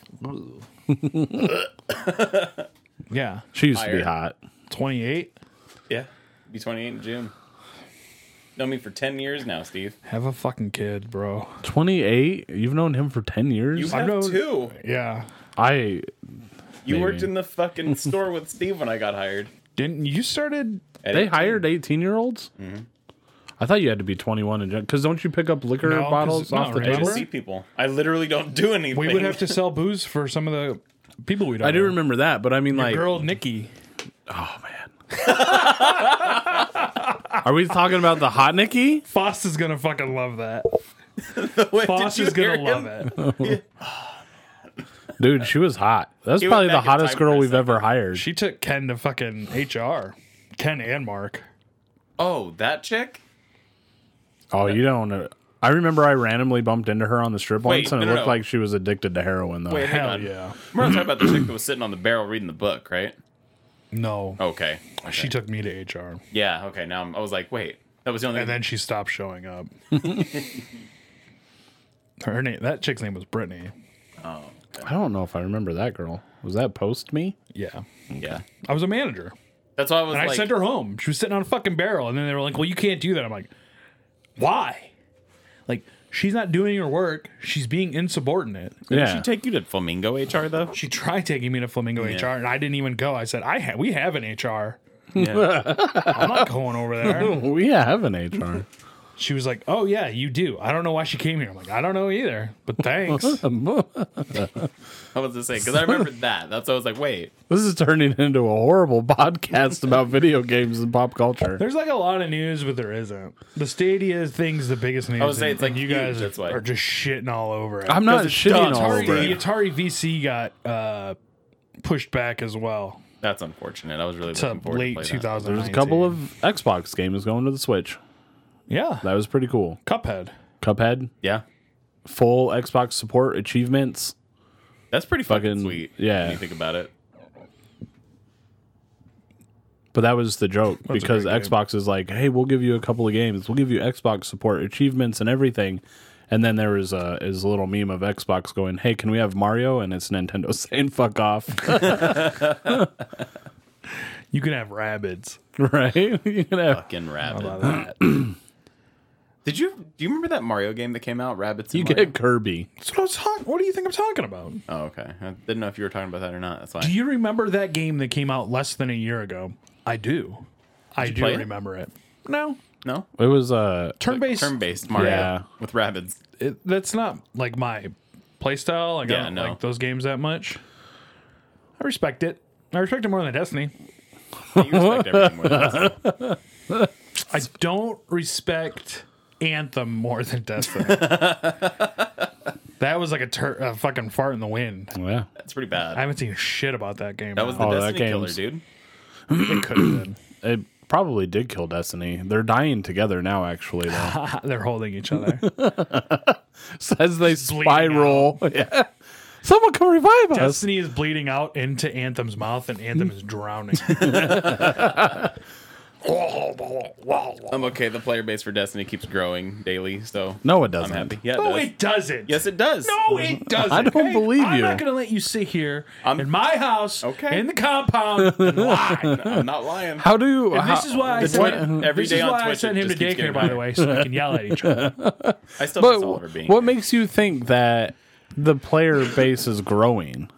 [SPEAKER 2] yeah.
[SPEAKER 3] She used to be
[SPEAKER 4] Higher.
[SPEAKER 3] hot.
[SPEAKER 2] 28?
[SPEAKER 4] Yeah. Be 28 in June. Known me for 10 years now, Steve.
[SPEAKER 2] Have a fucking kid, bro.
[SPEAKER 3] Twenty eight. You've known him for ten years.
[SPEAKER 4] You
[SPEAKER 2] I
[SPEAKER 4] have
[SPEAKER 2] know-
[SPEAKER 4] two.
[SPEAKER 2] Yeah.
[SPEAKER 3] I
[SPEAKER 4] You
[SPEAKER 3] Maybe.
[SPEAKER 4] worked in the fucking store with Steve when I got hired.
[SPEAKER 2] Didn't you started
[SPEAKER 4] At
[SPEAKER 3] they
[SPEAKER 4] 18.
[SPEAKER 3] hired eighteen year olds.
[SPEAKER 4] Mm-hmm.
[SPEAKER 3] I thought you had to be twenty one and because don't you pick up liquor
[SPEAKER 2] No, 'cause-
[SPEAKER 3] bottles
[SPEAKER 2] no,
[SPEAKER 3] off the
[SPEAKER 4] I
[SPEAKER 2] remember?
[SPEAKER 4] just
[SPEAKER 3] table?
[SPEAKER 4] see people. I literally don't do anything.
[SPEAKER 2] we would have to sell booze for some of the people we don't
[SPEAKER 3] I do
[SPEAKER 2] know.
[SPEAKER 3] remember that, but I mean like,
[SPEAKER 2] girl Nikki.
[SPEAKER 3] are we talking about the hot Nikki?
[SPEAKER 2] Foss is gonna fucking love that.
[SPEAKER 4] Wait,
[SPEAKER 2] Foss
[SPEAKER 4] did you
[SPEAKER 2] is gonna
[SPEAKER 4] hear
[SPEAKER 2] love
[SPEAKER 4] him?
[SPEAKER 2] it.
[SPEAKER 3] Dude, she was hot. That's
[SPEAKER 4] He went
[SPEAKER 3] probably the
[SPEAKER 4] back in
[SPEAKER 3] hottest
[SPEAKER 4] time for
[SPEAKER 3] girl
[SPEAKER 4] a
[SPEAKER 3] we've
[SPEAKER 4] second.
[SPEAKER 3] ever hired.
[SPEAKER 2] She took Ken to fucking HR. Ken and Mark.
[SPEAKER 4] Oh, that chick?
[SPEAKER 3] oh, you don't. uh, I remember I randomly bumped into her on the strip
[SPEAKER 4] Wait,
[SPEAKER 3] once, and
[SPEAKER 4] no,
[SPEAKER 3] it
[SPEAKER 4] no,
[SPEAKER 3] looked
[SPEAKER 4] no.
[SPEAKER 3] like she was addicted to heroin. Though
[SPEAKER 4] Wait, hang
[SPEAKER 2] Hell
[SPEAKER 4] on.
[SPEAKER 2] yeah.
[SPEAKER 4] We're not talking about the chick that was sitting on the barrel reading the book, right?
[SPEAKER 2] No.
[SPEAKER 4] Okay.
[SPEAKER 2] She took me to HR.
[SPEAKER 4] Yeah, okay. Now I'm, I was like, wait. That was the only
[SPEAKER 2] And then she stopped showing up. Her name that chick's name was Brittany.
[SPEAKER 3] I don't know if I remember that girl. Was that post me?
[SPEAKER 2] Yeah.
[SPEAKER 4] Yeah.
[SPEAKER 2] I was a manager.
[SPEAKER 4] That's why I was
[SPEAKER 2] And
[SPEAKER 4] like,
[SPEAKER 2] I sent her home. She was sitting on a fucking barrel. And then they were like, well, you can't do that. I'm like, why? Like, she's not doing her work. She's being insubordinate.
[SPEAKER 4] did
[SPEAKER 3] Yeah.
[SPEAKER 4] she take you to Flamingo HR, though?
[SPEAKER 2] She tried taking me to Flamingo HR, and I didn't even go. I said, I ha- we have an HR. I'm not going over there.
[SPEAKER 3] we have an HR.
[SPEAKER 2] She was like, oh, yeah, you do. I don't know why she came here. I'm like, I don't know either, but thanks.
[SPEAKER 4] I was just saying, because I remembered that. That's why I was like, wait.
[SPEAKER 3] this is turning into a horrible podcast about video games and pop culture.
[SPEAKER 2] There's like a lot of news, but there isn't. The Stadia thing's the biggest news. I
[SPEAKER 4] would say it's, like,
[SPEAKER 2] you
[SPEAKER 4] huge,
[SPEAKER 2] guys
[SPEAKER 4] that's why.
[SPEAKER 2] are just shitting all over it.
[SPEAKER 3] I'm not shitting
[SPEAKER 2] Atari,
[SPEAKER 3] all over
[SPEAKER 2] The
[SPEAKER 3] it.
[SPEAKER 2] Atari VC got uh, pushed back as well
[SPEAKER 4] That's unfortunate. I was really
[SPEAKER 2] to
[SPEAKER 4] looking forward
[SPEAKER 2] late
[SPEAKER 4] to play that.
[SPEAKER 2] 2000.
[SPEAKER 3] There's a couple of Xbox games going to the Switch.
[SPEAKER 2] yeah,
[SPEAKER 3] That was pretty cool.
[SPEAKER 2] Cuphead.
[SPEAKER 3] Cuphead,
[SPEAKER 4] Yeah.
[SPEAKER 3] full Xbox support achievements.
[SPEAKER 4] That's pretty fucking,
[SPEAKER 3] Fucking-
[SPEAKER 4] sweet.
[SPEAKER 3] yeah.
[SPEAKER 4] When you think about it.
[SPEAKER 3] But that was the joke
[SPEAKER 2] That's a
[SPEAKER 3] because
[SPEAKER 2] great game.
[SPEAKER 3] Xbox is like, hey, we'll give you a couple of games. We'll give you Xbox support achievements and everything. And then there is a is a little meme of Xbox going, hey, can we have Mario? And it's Nintendo saying, fuck off,
[SPEAKER 2] You can have rabbits.
[SPEAKER 3] right? You can have-
[SPEAKER 4] Fucking rabbit. Did you do you remember that Mario game that came out, Rabbits?
[SPEAKER 3] you
[SPEAKER 4] and Mario?
[SPEAKER 3] get Kirby.
[SPEAKER 2] That's what I was talking. What do you think I'm talking about?
[SPEAKER 4] Oh, okay. I didn't know if you were talking about that or not. That's
[SPEAKER 2] Do
[SPEAKER 4] fine.
[SPEAKER 2] you remember that game that came out less than a year ago? I do. I do
[SPEAKER 4] play it?
[SPEAKER 2] remember it. No,
[SPEAKER 4] No,
[SPEAKER 3] It was uh,
[SPEAKER 2] turn-based.
[SPEAKER 4] turn-based Mario
[SPEAKER 3] Yeah.
[SPEAKER 4] with rabbits.
[SPEAKER 2] it, that's not like my playstyle. Like, I
[SPEAKER 4] Yeah,
[SPEAKER 2] don't
[SPEAKER 4] no.
[SPEAKER 2] like those games that much. I respect it. I respect it more than Destiny.
[SPEAKER 4] You respect everything more than us.
[SPEAKER 2] I don't respect Anthem more than Destiny. that was like a, tur- a fucking fart in the wind.
[SPEAKER 3] yeah.
[SPEAKER 4] That's pretty
[SPEAKER 2] I
[SPEAKER 4] bad.
[SPEAKER 2] haven't seen shit about that game.
[SPEAKER 4] That was the
[SPEAKER 3] Oh, that
[SPEAKER 4] Destiny killer,
[SPEAKER 3] game's-
[SPEAKER 4] dude.
[SPEAKER 2] it could have been.
[SPEAKER 3] It probably did kill Destiny. They're dying together now, actually. Though.
[SPEAKER 2] They're holding each other.
[SPEAKER 3] As they
[SPEAKER 2] bleeding
[SPEAKER 3] spiral, yeah. Someone come revive us.
[SPEAKER 2] Destiny is bleeding out into Anthem's mouth, and Anthem is drowning.
[SPEAKER 4] I'm okay. The player base for Destiny keeps growing daily, so
[SPEAKER 3] No, it
[SPEAKER 4] I'm
[SPEAKER 3] doesn't.
[SPEAKER 4] happy. Yeah, it
[SPEAKER 2] no,
[SPEAKER 4] does.
[SPEAKER 2] it doesn't.
[SPEAKER 4] yes, it does.
[SPEAKER 2] No, it doesn't.
[SPEAKER 3] I don't
[SPEAKER 2] okay?
[SPEAKER 3] believe
[SPEAKER 2] I'm
[SPEAKER 3] you.
[SPEAKER 2] not going to let you sit here
[SPEAKER 4] I'm-
[SPEAKER 2] in my house,
[SPEAKER 4] Okay.
[SPEAKER 2] in the compound, and lie.
[SPEAKER 4] I'm not lying.
[SPEAKER 3] How do?
[SPEAKER 2] And
[SPEAKER 3] how-
[SPEAKER 2] this is why I
[SPEAKER 4] It's
[SPEAKER 2] sent
[SPEAKER 4] like
[SPEAKER 2] him,
[SPEAKER 4] every
[SPEAKER 2] this
[SPEAKER 4] day
[SPEAKER 2] is
[SPEAKER 4] on
[SPEAKER 2] why I
[SPEAKER 4] Twitch
[SPEAKER 2] sent
[SPEAKER 4] it
[SPEAKER 2] him to
[SPEAKER 4] just keeps
[SPEAKER 2] daycare,
[SPEAKER 4] getting
[SPEAKER 2] by the
[SPEAKER 4] higher.
[SPEAKER 2] way, so we can yell at each other.
[SPEAKER 4] I still
[SPEAKER 3] But
[SPEAKER 4] miss Oliver being.
[SPEAKER 3] what makes you think that the player base is growing?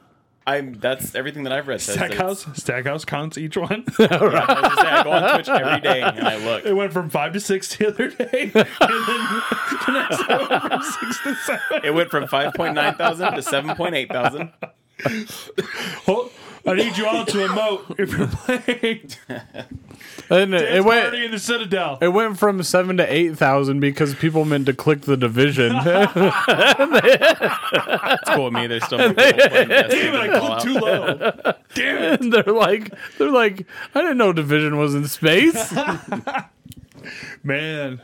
[SPEAKER 4] I'm that's everything that I've read. Says that it's-
[SPEAKER 2] Stackhouse, Stackhouse counts each one.
[SPEAKER 4] I, was gonna say, I go on Twitch every day and I look.
[SPEAKER 2] It went from five to six the other day, and then the next day it went from six to seven.
[SPEAKER 4] It went from 5.9 thousand to 7.8 thousand.
[SPEAKER 2] Oh, I need you all to emote if you're playing.
[SPEAKER 3] And it, it went.
[SPEAKER 2] Party in the Citadel.
[SPEAKER 3] It went from seven to eight thousand because people meant to click the division.
[SPEAKER 4] It's cool with me. There's still more people playing Destiny
[SPEAKER 2] Damn it,
[SPEAKER 4] than
[SPEAKER 2] I
[SPEAKER 4] Fallout.
[SPEAKER 2] clicked too low. Damn it.
[SPEAKER 3] and they're like, they're like, I didn't know division was in space.
[SPEAKER 2] Man,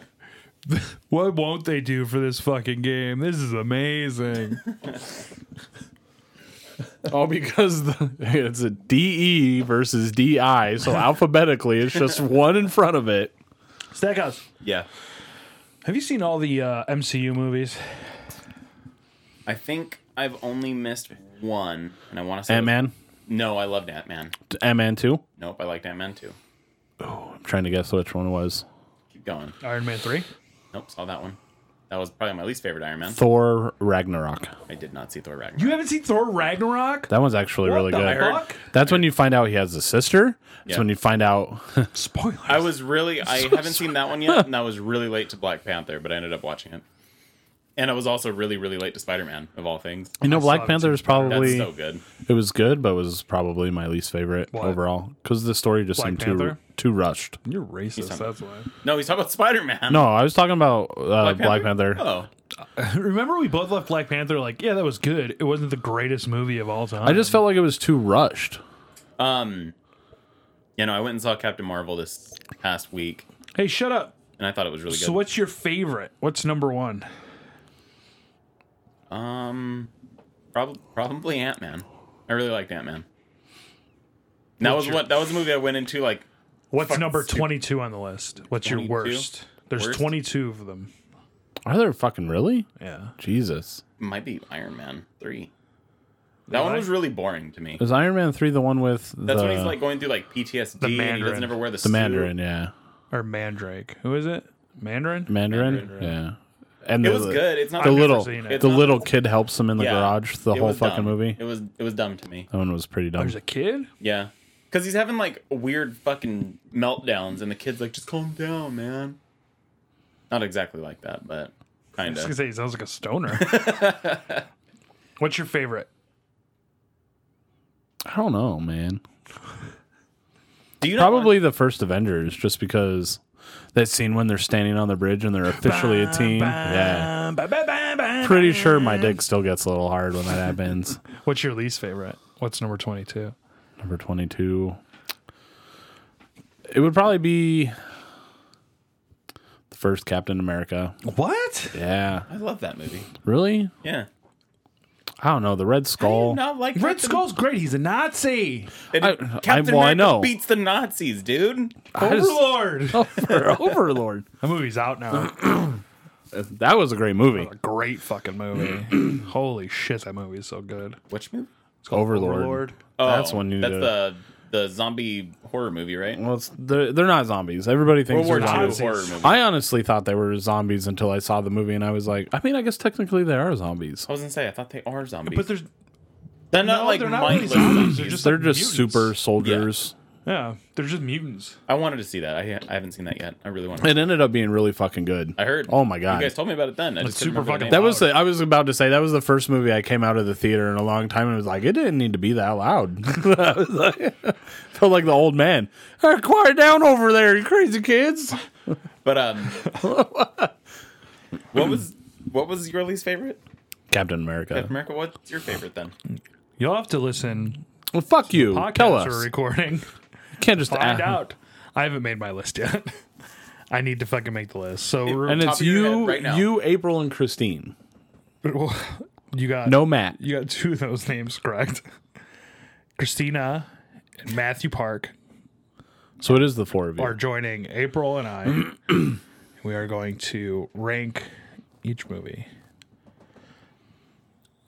[SPEAKER 2] what won't they do for this fucking game? This is amazing.
[SPEAKER 3] All because the, it's a DE versus DI, so alphabetically it's just one in front of it.
[SPEAKER 2] Stackhouse,
[SPEAKER 4] Yeah.
[SPEAKER 2] Have you seen all the uh, MCU movies?
[SPEAKER 4] I think I've only missed one, and I want to say
[SPEAKER 3] Ant Man,
[SPEAKER 4] No, I loved Ant Man.
[SPEAKER 3] Ant Man Two.
[SPEAKER 4] Nope, I liked Ant Man too.
[SPEAKER 3] I'm trying to guess which one it was.
[SPEAKER 4] Keep going.
[SPEAKER 2] Iron Man three.
[SPEAKER 4] Nope, saw that one. That was probably my least favorite Iron Man.
[SPEAKER 3] Thor Ragnarok.
[SPEAKER 4] I did not see Thor Ragnarok.
[SPEAKER 2] You haven't seen Thor Ragnarok?
[SPEAKER 3] That one's actually really
[SPEAKER 2] what the
[SPEAKER 3] good.
[SPEAKER 2] fuck?
[SPEAKER 3] That's when you find out he has a sister. That's
[SPEAKER 4] Yeah.
[SPEAKER 3] when you find out.
[SPEAKER 2] Spoilers.
[SPEAKER 4] I was really I haven't seen that one yet, and I was really late to Black Panther, but I ended up watching it. And I was also really, really late to Spider Man of all things.
[SPEAKER 3] you know,
[SPEAKER 2] saw
[SPEAKER 3] Black
[SPEAKER 2] it
[SPEAKER 3] Panther
[SPEAKER 2] too.
[SPEAKER 3] is
[SPEAKER 4] That's
[SPEAKER 3] probably
[SPEAKER 4] so good.
[SPEAKER 3] it was good, but was probably my least favorite
[SPEAKER 2] What?
[SPEAKER 3] overall because the story just
[SPEAKER 2] Black
[SPEAKER 3] seemed
[SPEAKER 2] Panther?
[SPEAKER 3] too too rushed.
[SPEAKER 2] You're racist. That's why.
[SPEAKER 4] No, he's talking about Spider Man.
[SPEAKER 3] No, I was talking about uh, Black, Panther.
[SPEAKER 4] Oh,
[SPEAKER 2] Remember, we both left Black Panther like, yeah, that was good. It wasn't the greatest movie of all time.
[SPEAKER 3] I just felt like it was too rushed.
[SPEAKER 4] um, you know, I went and saw Captain Marvel this past week,
[SPEAKER 2] Hey, shut up.
[SPEAKER 4] and I thought it was really good.
[SPEAKER 2] So, what's your favorite? What's number one?
[SPEAKER 4] Um, prob- probably Ant Man. I really liked Ant Man. That was what that was a movie I went into like
[SPEAKER 2] What's number twenty two on the list? What's your
[SPEAKER 4] 22?
[SPEAKER 2] worst? There's
[SPEAKER 4] Worst?
[SPEAKER 2] twenty two of them.
[SPEAKER 3] Are there fucking really?
[SPEAKER 2] Yeah.
[SPEAKER 3] Jesus,
[SPEAKER 4] might be Iron Man three. That one was really boring to me.
[SPEAKER 3] is Iron Man three the one with
[SPEAKER 4] That's
[SPEAKER 3] the,
[SPEAKER 4] when he's like going through like PTSD.
[SPEAKER 2] The
[SPEAKER 4] and he
[SPEAKER 2] Mandarin.
[SPEAKER 4] doesn't ever wear the,
[SPEAKER 3] the Mandarin? Yeah,
[SPEAKER 2] Or Mandrake. Who is it? Mandarin?
[SPEAKER 3] Mandarin. Yeah, and
[SPEAKER 4] It
[SPEAKER 3] the-
[SPEAKER 4] was good. It's not
[SPEAKER 3] The
[SPEAKER 4] I've never
[SPEAKER 3] little,
[SPEAKER 2] seen it.
[SPEAKER 4] It's
[SPEAKER 3] the
[SPEAKER 4] not-
[SPEAKER 3] little kid helps him in the
[SPEAKER 4] yeah,
[SPEAKER 3] garage. The
[SPEAKER 4] it
[SPEAKER 3] whole
[SPEAKER 4] was
[SPEAKER 3] fucking
[SPEAKER 4] dumb.
[SPEAKER 3] movie.
[SPEAKER 4] It was it was dumb to me.
[SPEAKER 3] That one was pretty dumb.
[SPEAKER 2] There's a kid?
[SPEAKER 4] Yeah, because he's having like weird fucking meltdowns, and the kid's like, "Just calm down, man." Not exactly like that, but
[SPEAKER 2] I
[SPEAKER 4] kind
[SPEAKER 2] was gonna
[SPEAKER 4] of.
[SPEAKER 2] say he sounds like a stoner. What's your favorite?
[SPEAKER 3] I don't know, man.
[SPEAKER 4] Do you know
[SPEAKER 3] Probably the first Avengers, just because that scene when they're standing on the bridge and they're officially a team. Yeah,
[SPEAKER 2] Um, ba- ba- ba- ba-
[SPEAKER 3] pretty sure my dick still gets a little hard when that happens.
[SPEAKER 2] What's your least favorite? What's number twenty two?
[SPEAKER 3] Number twenty-two. It would probably be the first Captain America.
[SPEAKER 2] What?
[SPEAKER 3] Yeah,
[SPEAKER 4] I love that movie.
[SPEAKER 3] really?
[SPEAKER 4] Yeah.
[SPEAKER 3] I don't know. The Red Skull.
[SPEAKER 4] Not like
[SPEAKER 2] Red Skull's great. He's a Nazi.
[SPEAKER 4] It,
[SPEAKER 3] I-
[SPEAKER 4] Captain
[SPEAKER 3] I- well, I
[SPEAKER 4] America
[SPEAKER 3] know.
[SPEAKER 4] beats the Nazis, dude.
[SPEAKER 3] I just- Over- Overlord.
[SPEAKER 2] that movie's out now.
[SPEAKER 3] That was a great movie.
[SPEAKER 2] great fucking movie. Holy shit, that movie is so good.
[SPEAKER 4] Which movie?
[SPEAKER 3] Overlord.
[SPEAKER 4] Oh,
[SPEAKER 3] That's one you
[SPEAKER 4] That's
[SPEAKER 3] did.
[SPEAKER 4] the the zombie horror movie, right?
[SPEAKER 3] Well, it's, they're, they're not zombies. Everybody thinks
[SPEAKER 4] World War
[SPEAKER 3] they're
[SPEAKER 4] II
[SPEAKER 3] zombies.
[SPEAKER 4] horror movie. I
[SPEAKER 3] I honestly thought they were zombies until I saw the movie, and I was like, I mean, I guess technically they are zombies.
[SPEAKER 4] was gonna say I thought they are zombies,
[SPEAKER 2] But there's
[SPEAKER 4] they're not
[SPEAKER 2] no,
[SPEAKER 4] like
[SPEAKER 2] they're not really
[SPEAKER 4] mindless
[SPEAKER 2] zombies,
[SPEAKER 4] zombies.
[SPEAKER 2] they're just-
[SPEAKER 3] They're just
[SPEAKER 2] mutants.
[SPEAKER 3] super soldiers.
[SPEAKER 2] yeah, they're just mutants.
[SPEAKER 4] I wanted to see that. I ha- I haven't seen that yet. I really want. to.
[SPEAKER 3] It ended up being really fucking good.
[SPEAKER 4] I heard.
[SPEAKER 3] Oh my
[SPEAKER 4] You
[SPEAKER 3] god.
[SPEAKER 4] guys told me about it then. I just couldn't
[SPEAKER 2] super
[SPEAKER 4] remember the
[SPEAKER 2] fucking
[SPEAKER 3] that
[SPEAKER 4] name.
[SPEAKER 3] was the, I was about to say that was the first movie I came out of the theater in a long time and was like it didn't need to be that loud. I was like, felt like the old man. Hey, quiet down over there, you crazy kids.
[SPEAKER 4] But um, what was what was your least favorite?
[SPEAKER 3] Captain America.
[SPEAKER 4] Captain America. What's your favorite then?
[SPEAKER 2] You'll have to listen.
[SPEAKER 3] Well, fuck you. Tell
[SPEAKER 2] Podcasts
[SPEAKER 3] us. Uh-huh.
[SPEAKER 2] are recording.
[SPEAKER 3] You can't just
[SPEAKER 2] Find
[SPEAKER 3] ask-
[SPEAKER 2] out. I haven't made my list yet. I need to fucking make the list. So we're-
[SPEAKER 3] And
[SPEAKER 4] Top
[SPEAKER 3] it's
[SPEAKER 4] of your
[SPEAKER 3] you,
[SPEAKER 4] head right now.
[SPEAKER 3] you, April, and Christine.
[SPEAKER 2] you got
[SPEAKER 3] No Matt.
[SPEAKER 2] You got two of those names correct. Christina and Matthew Park
[SPEAKER 3] So it is the four of you.
[SPEAKER 2] are joining April and I. we are going to rank each movie.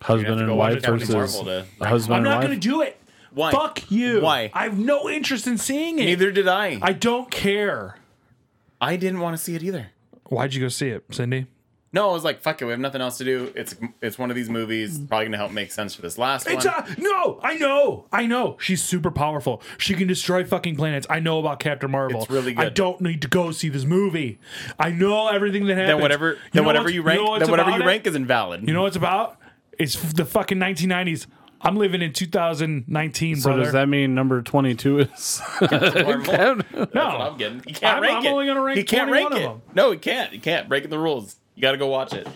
[SPEAKER 4] have
[SPEAKER 3] husband
[SPEAKER 4] to
[SPEAKER 3] and
[SPEAKER 4] go watch
[SPEAKER 3] wife
[SPEAKER 4] Captain
[SPEAKER 3] versus
[SPEAKER 4] Marvel to-
[SPEAKER 3] husband and wife.
[SPEAKER 2] do it.
[SPEAKER 4] Why? Why?
[SPEAKER 2] have no interest in seeing it.
[SPEAKER 4] Neither did I. I,
[SPEAKER 2] don't care.
[SPEAKER 4] I didn't want to see it either.
[SPEAKER 2] Why'd you go see it, Cindy?
[SPEAKER 4] No, I was like, fuck it, we have nothing else to do. It's it's one of these movies, probably gonna help make sense for this last
[SPEAKER 2] It's
[SPEAKER 4] one.
[SPEAKER 2] uh no, I know, I know. She's super powerful. She can destroy fucking planets. I know about Captain Marvel.
[SPEAKER 4] It's really good.
[SPEAKER 2] I don't need to go see this movie. I know everything that happens.
[SPEAKER 4] then whatever then whatever
[SPEAKER 2] what's-
[SPEAKER 4] you rank
[SPEAKER 2] know what's
[SPEAKER 4] then whatever
[SPEAKER 2] about
[SPEAKER 4] you
[SPEAKER 2] it?
[SPEAKER 4] rank is invalid.
[SPEAKER 2] You know what it's about? It's f- the fucking 1990s. I'm living in 2019,
[SPEAKER 3] So
[SPEAKER 2] brother.
[SPEAKER 3] does that mean number twenty-two is?
[SPEAKER 2] no,
[SPEAKER 4] That's what I'm getting. He can't
[SPEAKER 2] I'm-
[SPEAKER 4] rank
[SPEAKER 2] I'm
[SPEAKER 4] it.
[SPEAKER 2] only gonna rank
[SPEAKER 4] He can't
[SPEAKER 2] 21
[SPEAKER 4] rank it.
[SPEAKER 2] of them.
[SPEAKER 4] No, he can't. He can't. Breaking the rules. You got to go watch it.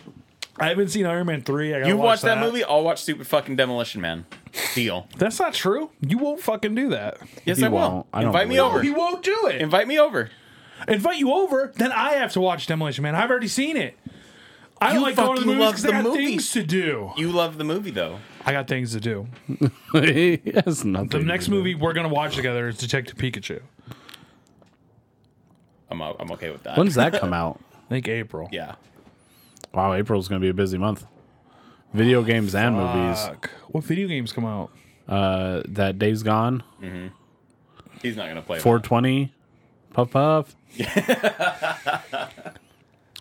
[SPEAKER 2] I haven't seen Iron Man three. I gotta
[SPEAKER 4] You
[SPEAKER 2] watch
[SPEAKER 4] watch that, movie. I'll watch Super Fucking Demolition Man. Deal.
[SPEAKER 2] That's not true. You won't fucking do that.
[SPEAKER 4] Yes,
[SPEAKER 3] He
[SPEAKER 4] I will.
[SPEAKER 3] won't. I don't
[SPEAKER 4] Invite me
[SPEAKER 3] believe
[SPEAKER 4] over.
[SPEAKER 2] He won't do it.
[SPEAKER 4] Invite me over.
[SPEAKER 2] invite you over, then I have to watch Demolition Man. I've already seen it. I don't
[SPEAKER 4] You
[SPEAKER 2] like going to the
[SPEAKER 4] fucking
[SPEAKER 2] movies
[SPEAKER 4] love
[SPEAKER 2] 'cause I
[SPEAKER 4] the
[SPEAKER 2] got
[SPEAKER 4] movies.
[SPEAKER 2] things to do.
[SPEAKER 4] You love the movie though.
[SPEAKER 2] I got things to do.
[SPEAKER 3] he has nothing.
[SPEAKER 2] The next movie we're gonna watch together is Detective Pikachu.
[SPEAKER 4] I'm o- I'm okay with that.
[SPEAKER 3] When's that come out?
[SPEAKER 2] I think April.
[SPEAKER 4] Yeah.
[SPEAKER 3] Wow, April's gonna be a busy month. Video games and movies.
[SPEAKER 2] Fuck. What video games come out?
[SPEAKER 3] Uh, that Days Gone,
[SPEAKER 4] He's not gonna play.
[SPEAKER 3] four twenty, puff puff.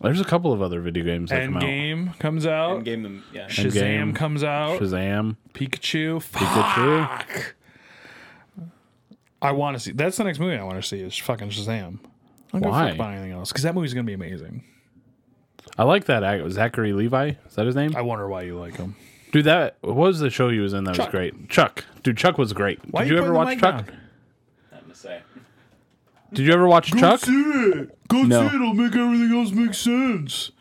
[SPEAKER 3] There's a couple of other video games that come out.
[SPEAKER 2] Endgame comes out.
[SPEAKER 4] Endgame them. Yeah.
[SPEAKER 2] Shazam
[SPEAKER 3] Endgame.
[SPEAKER 2] comes out.
[SPEAKER 3] Shazam,
[SPEAKER 2] Pikachu.
[SPEAKER 3] Pikachu.
[SPEAKER 2] Fuck. I want to see. That's the next movie I want to see is fucking Shazam. I'm
[SPEAKER 3] Why?
[SPEAKER 2] gonna fuck about anything else because that movie's gonna be amazing.
[SPEAKER 3] I like that act. Zachary Levi. Is that his name?
[SPEAKER 2] I wonder why you like him.
[SPEAKER 3] Dude, that what was the show he was in that
[SPEAKER 2] Chuck.
[SPEAKER 3] was great. Chuck. Dude, Chuck was great.
[SPEAKER 2] Why
[SPEAKER 3] Did
[SPEAKER 2] you
[SPEAKER 3] you
[SPEAKER 2] putting
[SPEAKER 3] ever
[SPEAKER 2] the
[SPEAKER 3] watch
[SPEAKER 2] mic
[SPEAKER 3] Chuck?
[SPEAKER 2] down?
[SPEAKER 4] Nothing to say.
[SPEAKER 3] Did you ever watch Chuck?
[SPEAKER 2] Go
[SPEAKER 3] No.
[SPEAKER 2] see it. It'll make everything else make sense.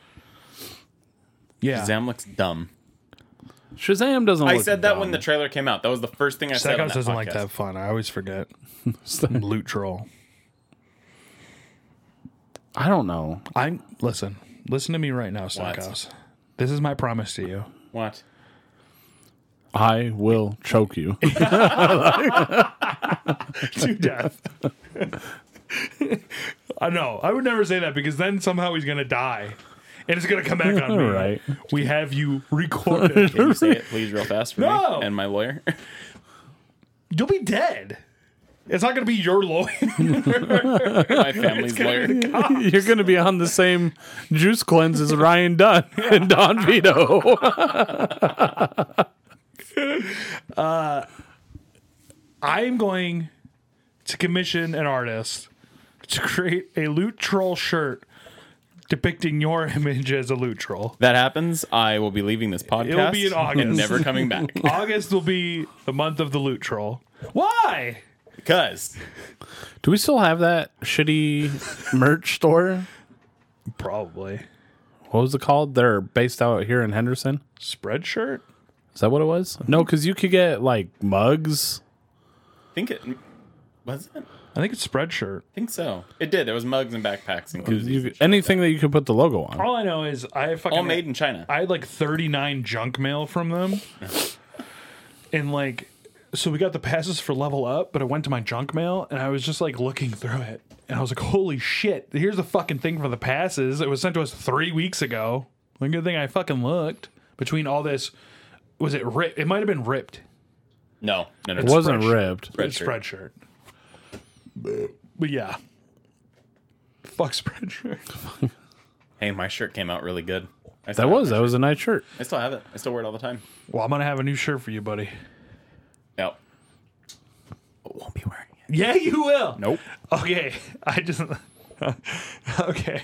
[SPEAKER 2] Yeah.
[SPEAKER 4] Shazam looks dumb.
[SPEAKER 3] Shazam doesn't.
[SPEAKER 4] I
[SPEAKER 3] look
[SPEAKER 4] said that
[SPEAKER 3] dumb.
[SPEAKER 4] when the trailer came out. That was the first thing I said. on
[SPEAKER 2] Stackhouse doesn't
[SPEAKER 4] that podcast.
[SPEAKER 2] like to have fun. I always forget.
[SPEAKER 3] the.
[SPEAKER 2] Loot troll.
[SPEAKER 3] I don't know.
[SPEAKER 2] I'm listen. Listen to me right now, Stackhouse. This is my promise to you.
[SPEAKER 4] What?
[SPEAKER 3] I will choke you.
[SPEAKER 2] to death. I know. I would never say that because then somehow he's gonna die, and it's gonna come back on me.
[SPEAKER 3] Right.
[SPEAKER 2] We have you recorded.
[SPEAKER 4] Can you say it, please, real fast for
[SPEAKER 2] No!
[SPEAKER 4] me and my lawyer?
[SPEAKER 2] You'll be dead. It's not gonna be your lawyer.
[SPEAKER 4] my family's lawyer.
[SPEAKER 3] You're going to be on the same juice cleanse as Ryan Dunn and Don Vito.
[SPEAKER 2] I'm going to commission an artist to create a loot troll shirt depicting your image as a loot troll.
[SPEAKER 4] That happens. I will be leaving this podcast.
[SPEAKER 2] It'll be in
[SPEAKER 4] and
[SPEAKER 2] August.
[SPEAKER 4] never coming back.
[SPEAKER 2] August will be the month of the loot troll. Why?
[SPEAKER 4] Because
[SPEAKER 3] Do we still have that shitty merch store?
[SPEAKER 2] Probably
[SPEAKER 3] What was it called? They're based out here in Henderson.
[SPEAKER 2] spread shirt.
[SPEAKER 3] Is that what it was? No, because you could get like mugs.
[SPEAKER 4] I think it was. It? I
[SPEAKER 2] I think it's spread shirt.
[SPEAKER 4] think so. It did. There was mugs and backpacks and koozies.
[SPEAKER 3] You- anything that you could put the logo on.
[SPEAKER 2] All I know is I fucking
[SPEAKER 4] all made in China.
[SPEAKER 2] I had like 39 junk mail from them. and like so we got the passes for level up, but it went to my junk mail and I was just like looking through it and I was like, "Holy shit, here's the fucking thing for the passes. It was sent to us 3 weeks ago." Well, good thing I fucking looked. Between all this was it ripped? It might have been ripped.
[SPEAKER 4] no, no, no.
[SPEAKER 3] It wasn't
[SPEAKER 2] fresh.
[SPEAKER 3] ripped.
[SPEAKER 4] Spread shirt.
[SPEAKER 2] Spreadshirt. shirt. But yeah. Fuck Spreadshirt.
[SPEAKER 4] Hey, my shirt came out really good. I
[SPEAKER 3] That
[SPEAKER 4] still
[SPEAKER 3] was
[SPEAKER 4] have
[SPEAKER 3] that was a nice shirt.
[SPEAKER 4] my- I still have it. I still wear it all the time.
[SPEAKER 2] Well, I'm going to have a new shirt for you, buddy.
[SPEAKER 4] No. Won't be wearing it.
[SPEAKER 2] Yeah, you will.
[SPEAKER 4] Nope.
[SPEAKER 2] Okay, I just okay.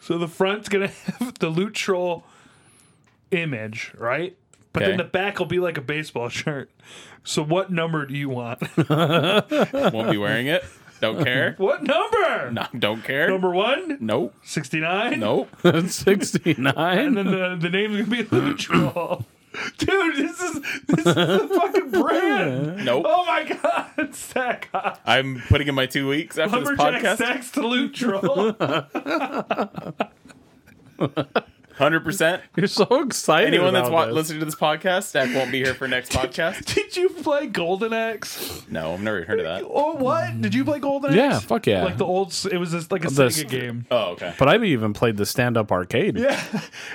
[SPEAKER 2] So the front's gonna have the loot troll image, right? But
[SPEAKER 4] Okay.
[SPEAKER 2] then the back will be like a baseball shirt. So what number do you want?
[SPEAKER 4] Won't be wearing it. Don't care.
[SPEAKER 2] what number?
[SPEAKER 4] No, don't care.
[SPEAKER 2] Number one,
[SPEAKER 4] Nope.
[SPEAKER 2] sixty nine.
[SPEAKER 4] Nope.
[SPEAKER 3] Sixty
[SPEAKER 2] And
[SPEAKER 3] nine.
[SPEAKER 2] then the, the name's gonna be loot troll. Dude, this is this is the fucking brand.
[SPEAKER 4] Nope.
[SPEAKER 2] Oh my god, stack up.
[SPEAKER 4] I'm putting in my two weeks after
[SPEAKER 2] Lumberjack
[SPEAKER 4] this podcast.
[SPEAKER 2] stacks to loot troll.
[SPEAKER 4] Hundred percent.
[SPEAKER 3] You're so excited.
[SPEAKER 4] Anyone that's
[SPEAKER 3] about
[SPEAKER 4] wa-
[SPEAKER 3] this.
[SPEAKER 4] listening to this podcast, Stack won't be here for next podcast.
[SPEAKER 2] Did you play Golden Axe?
[SPEAKER 4] No, I've never heard of that.
[SPEAKER 2] Oh, what? Did you play Golden Axe?
[SPEAKER 3] Yeah, fuck yeah.
[SPEAKER 2] Like the old, it was just like a
[SPEAKER 3] The
[SPEAKER 2] Sega
[SPEAKER 3] s-
[SPEAKER 2] game.
[SPEAKER 4] Oh, okay.
[SPEAKER 3] But I've even played the stand up arcade.
[SPEAKER 2] Yeah,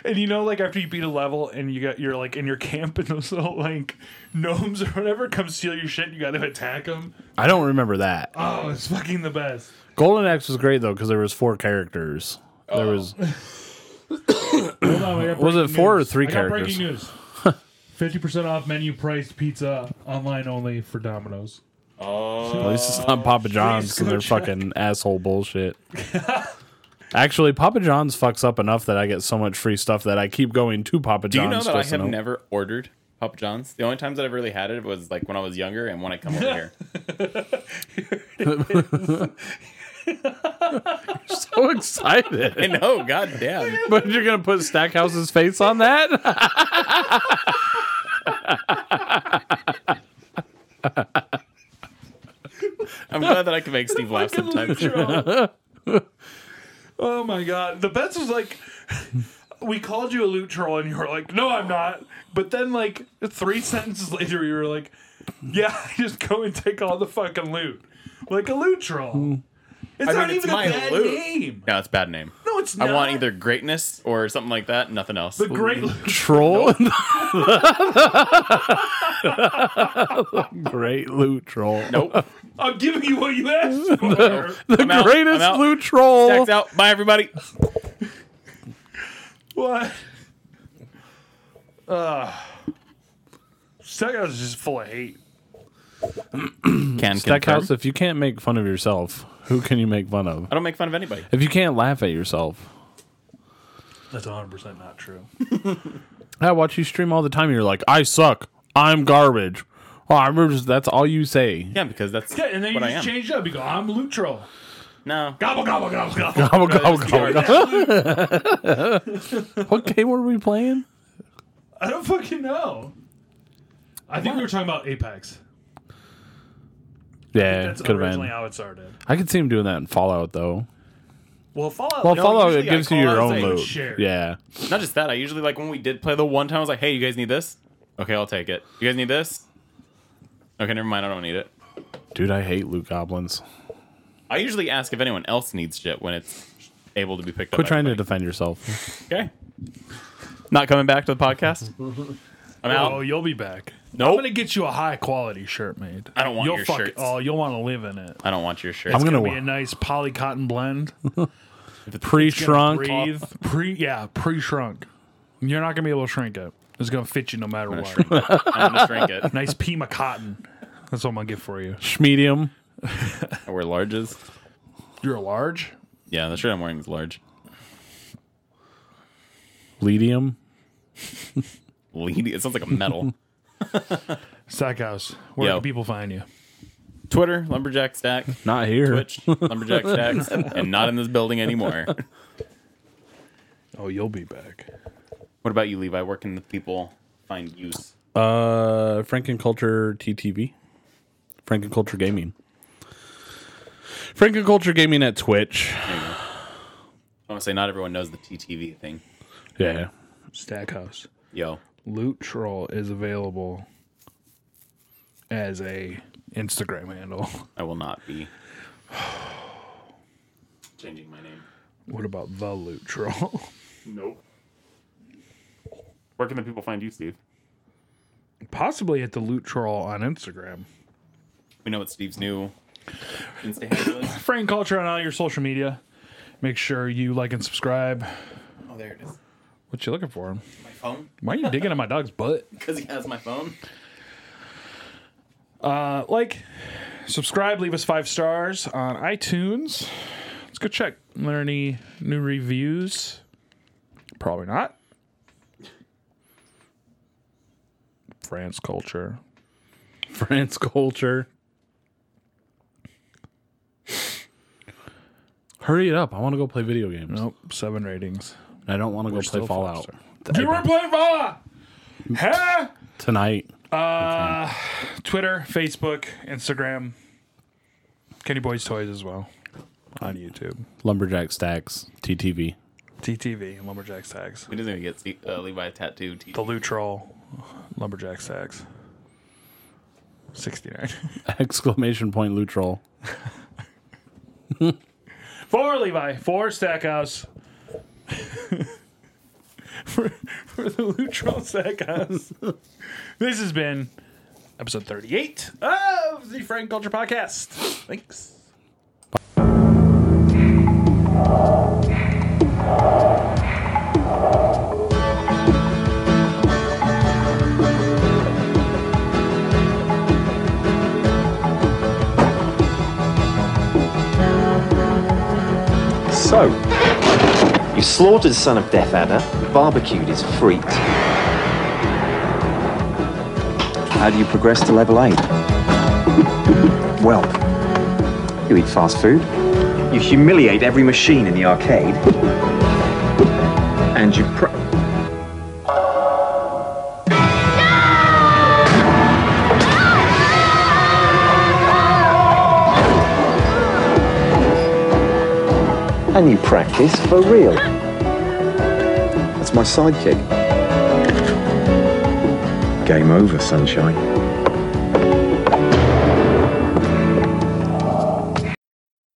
[SPEAKER 2] and you know, like after you beat a level and you got you're like in your camp and those little like gnomes or whatever come steal your shit, and you got to attack them.
[SPEAKER 3] I don't remember that.
[SPEAKER 2] Oh, it's fucking the best.
[SPEAKER 3] Golden Axe was great though because there was four characters. There was
[SPEAKER 4] Oh.
[SPEAKER 2] Oh,
[SPEAKER 3] Was it four or three characters?
[SPEAKER 2] breaking news. Fifty percent off menu priced pizza online only for Domino's.
[SPEAKER 3] at least it's not Papa John's because
[SPEAKER 2] go
[SPEAKER 3] they're
[SPEAKER 2] check.
[SPEAKER 3] fucking asshole bullshit. Actually, Papa John's fucks up enough that I get so much free stuff that I keep going to Papa
[SPEAKER 4] Do you
[SPEAKER 3] John's.
[SPEAKER 4] know that I
[SPEAKER 3] just to
[SPEAKER 4] have never ordered Papa John's? The only times that I've really had it was like when I was younger and when I come over here.
[SPEAKER 3] so excited.
[SPEAKER 4] No, goddamn.
[SPEAKER 3] but you're gonna put Stackhouse's face on that?
[SPEAKER 4] I'm glad that I can make Steve laugh sometimes.
[SPEAKER 2] Oh my god. The best was like we called you a loot troll and you were like, No, I'm not. But then like three sentences later you were like, Yeah, I just go and take all the fucking
[SPEAKER 3] Hmm.
[SPEAKER 2] loot. Like a loot troll. It's not
[SPEAKER 4] mean, it's
[SPEAKER 2] even
[SPEAKER 4] my
[SPEAKER 2] a bad
[SPEAKER 4] loot.
[SPEAKER 2] name.
[SPEAKER 4] No, it's a bad name.
[SPEAKER 2] No,
[SPEAKER 5] it's
[SPEAKER 4] I want either greatness or something like that. Nothing else.
[SPEAKER 5] the great.
[SPEAKER 3] troll. Great loot troll.
[SPEAKER 4] Nope.
[SPEAKER 5] I'm giving you what you asked for.
[SPEAKER 3] The
[SPEAKER 4] I'm out, I'm
[SPEAKER 3] greatest
[SPEAKER 4] out.
[SPEAKER 3] loot troll.
[SPEAKER 4] Tax out. Bye everybody.
[SPEAKER 2] What? Stackhouse is just full of hate.
[SPEAKER 4] Can
[SPEAKER 3] Stackhouse,
[SPEAKER 4] confirm.
[SPEAKER 3] if you can't make fun Hmm. of yourself, who can you make fun of?
[SPEAKER 4] I don't make fun of anybody.
[SPEAKER 3] If you can't laugh at yourself,
[SPEAKER 2] That's 100% not true.
[SPEAKER 3] I watch you stream all the time. You're like, I suck. I'm garbage. Oh, I remember just, that's all you say.
[SPEAKER 4] Yeah, because that's
[SPEAKER 2] Yeah, and then you
[SPEAKER 4] what I am.
[SPEAKER 2] just change it up. You go, I'm loot troll.
[SPEAKER 4] No.
[SPEAKER 2] Gobble, gobble, gobble, gobble.
[SPEAKER 3] Gobble, gobble, gobble, gobble. what game were we playing?
[SPEAKER 2] I don't fucking know. I think we were talking about Apex.
[SPEAKER 3] Yeah,
[SPEAKER 2] That's
[SPEAKER 3] could have
[SPEAKER 2] originally
[SPEAKER 3] been.
[SPEAKER 2] how it started.
[SPEAKER 3] I could see him doing that in Fallout though.
[SPEAKER 2] Well, Fallout.
[SPEAKER 3] Well,
[SPEAKER 2] no,
[SPEAKER 3] Fallout it
[SPEAKER 2] usually I
[SPEAKER 3] gives you
[SPEAKER 2] call
[SPEAKER 3] your
[SPEAKER 2] out
[SPEAKER 3] own
[SPEAKER 2] saying
[SPEAKER 3] loot.
[SPEAKER 2] share.
[SPEAKER 3] Yeah,
[SPEAKER 4] Not just that. I usually like when we did play the one time. I was like, hey, you guys need this? Okay, I'll take it. You guys need this? Okay, never mind. I don't need it.
[SPEAKER 3] dude, I hate loot goblins.
[SPEAKER 4] I usually ask if anyone else needs shit when it's able to be picked
[SPEAKER 3] Quit
[SPEAKER 4] up. by
[SPEAKER 3] trying to defend yourself.
[SPEAKER 4] Okay. Not coming back to the podcast. I'm
[SPEAKER 2] Oh,
[SPEAKER 4] out.
[SPEAKER 2] you'll be back. I'm
[SPEAKER 4] Nope.
[SPEAKER 2] gonna get you a high quality shirt made.
[SPEAKER 4] I don't want
[SPEAKER 2] you'll
[SPEAKER 4] your
[SPEAKER 2] fuck-
[SPEAKER 4] shirts.
[SPEAKER 2] Oh, you'll want to live in it.
[SPEAKER 4] I don't want your shirt.
[SPEAKER 3] I'm gonna,
[SPEAKER 2] It'll be a nice poly cotton blend.
[SPEAKER 3] pre-shrunk.
[SPEAKER 2] Breathe. Pre, yeah, pre shrunk. You're not gonna be able to shrink it. It's gonna fit you no matter what.
[SPEAKER 4] I'm gonna shrink it.
[SPEAKER 2] nice Pima cotton. That's what I'm gonna get for you.
[SPEAKER 3] medium.
[SPEAKER 4] I wear larges.
[SPEAKER 2] You're a large.
[SPEAKER 4] Yeah, the shirt I'm wearing is large.
[SPEAKER 3] Ledium.
[SPEAKER 4] Lead. It sounds like a metal.
[SPEAKER 2] Stackhouse. Where
[SPEAKER 4] Yo.
[SPEAKER 2] can people find you?
[SPEAKER 4] Twitter, lumberjack stack,
[SPEAKER 3] Not here.
[SPEAKER 4] Twitch, lumberjack stacks, and not in this building anymore.
[SPEAKER 2] Oh, you'll be back.
[SPEAKER 4] What about you, Levi? Where can the people find use?
[SPEAKER 3] Uh, Frankenculture TTV. Frankenculture Gaming. Frankenculture Gaming at Twitch.
[SPEAKER 4] I want to say not everyone knows the TTV thing.
[SPEAKER 3] Yeah.
[SPEAKER 2] Stackhouse.
[SPEAKER 4] Yo,
[SPEAKER 2] Loot Troll is available as a Instagram handle.
[SPEAKER 4] I will not be changing my name.
[SPEAKER 2] What about the Loot Troll?
[SPEAKER 4] Nope. Where can the people find you, Steve?
[SPEAKER 2] Possibly at the Loot Troll on Instagram.
[SPEAKER 4] We know what Steve's new Insta handle is.
[SPEAKER 2] Frame culture on all your social media. Make sure you like and subscribe.
[SPEAKER 4] Oh, there it is.
[SPEAKER 2] What you looking for?
[SPEAKER 4] My phone?
[SPEAKER 2] Why are you digging in my dog's butt?
[SPEAKER 4] Because he has my phone.
[SPEAKER 2] Uh, like, subscribe, leave us five stars on iTunes. Let's go check. Are there any new reviews? Probably not. France culture.
[SPEAKER 3] France Culture. Hurry it up. I want to go play video games.
[SPEAKER 2] Nope, seven ratings.
[SPEAKER 3] I don't want to go play
[SPEAKER 2] still
[SPEAKER 3] Fallout
[SPEAKER 2] You were playing Fallout. Huh?
[SPEAKER 3] tonight.
[SPEAKER 2] Twitter, Facebook, Instagram, Kenny Boys Toys as well on YouTube,
[SPEAKER 3] Lumberjack Stacks TTV.
[SPEAKER 2] TTV, and Lumberjack Tags,
[SPEAKER 4] He doesn't even get Steve, uh, Levi tattooed. T-
[SPEAKER 2] the Loot Troll, Lumberjack Tags, sixty nine
[SPEAKER 3] Exclamation point loot troll.
[SPEAKER 2] for Levi, for Stackhouse, for, for the Loot Troll Stackhouse. this has been episode thirty eight of the Frank Culture Podcast. Thanks.
[SPEAKER 9] So, you slaughtered the son of Death Adder, barbecued his freak. How do you progress to level 8? Well, you eat fast food, you humiliate every machine in the arcade, and you pro. and you practice for real. That's my sidekick. Game over, sunshine.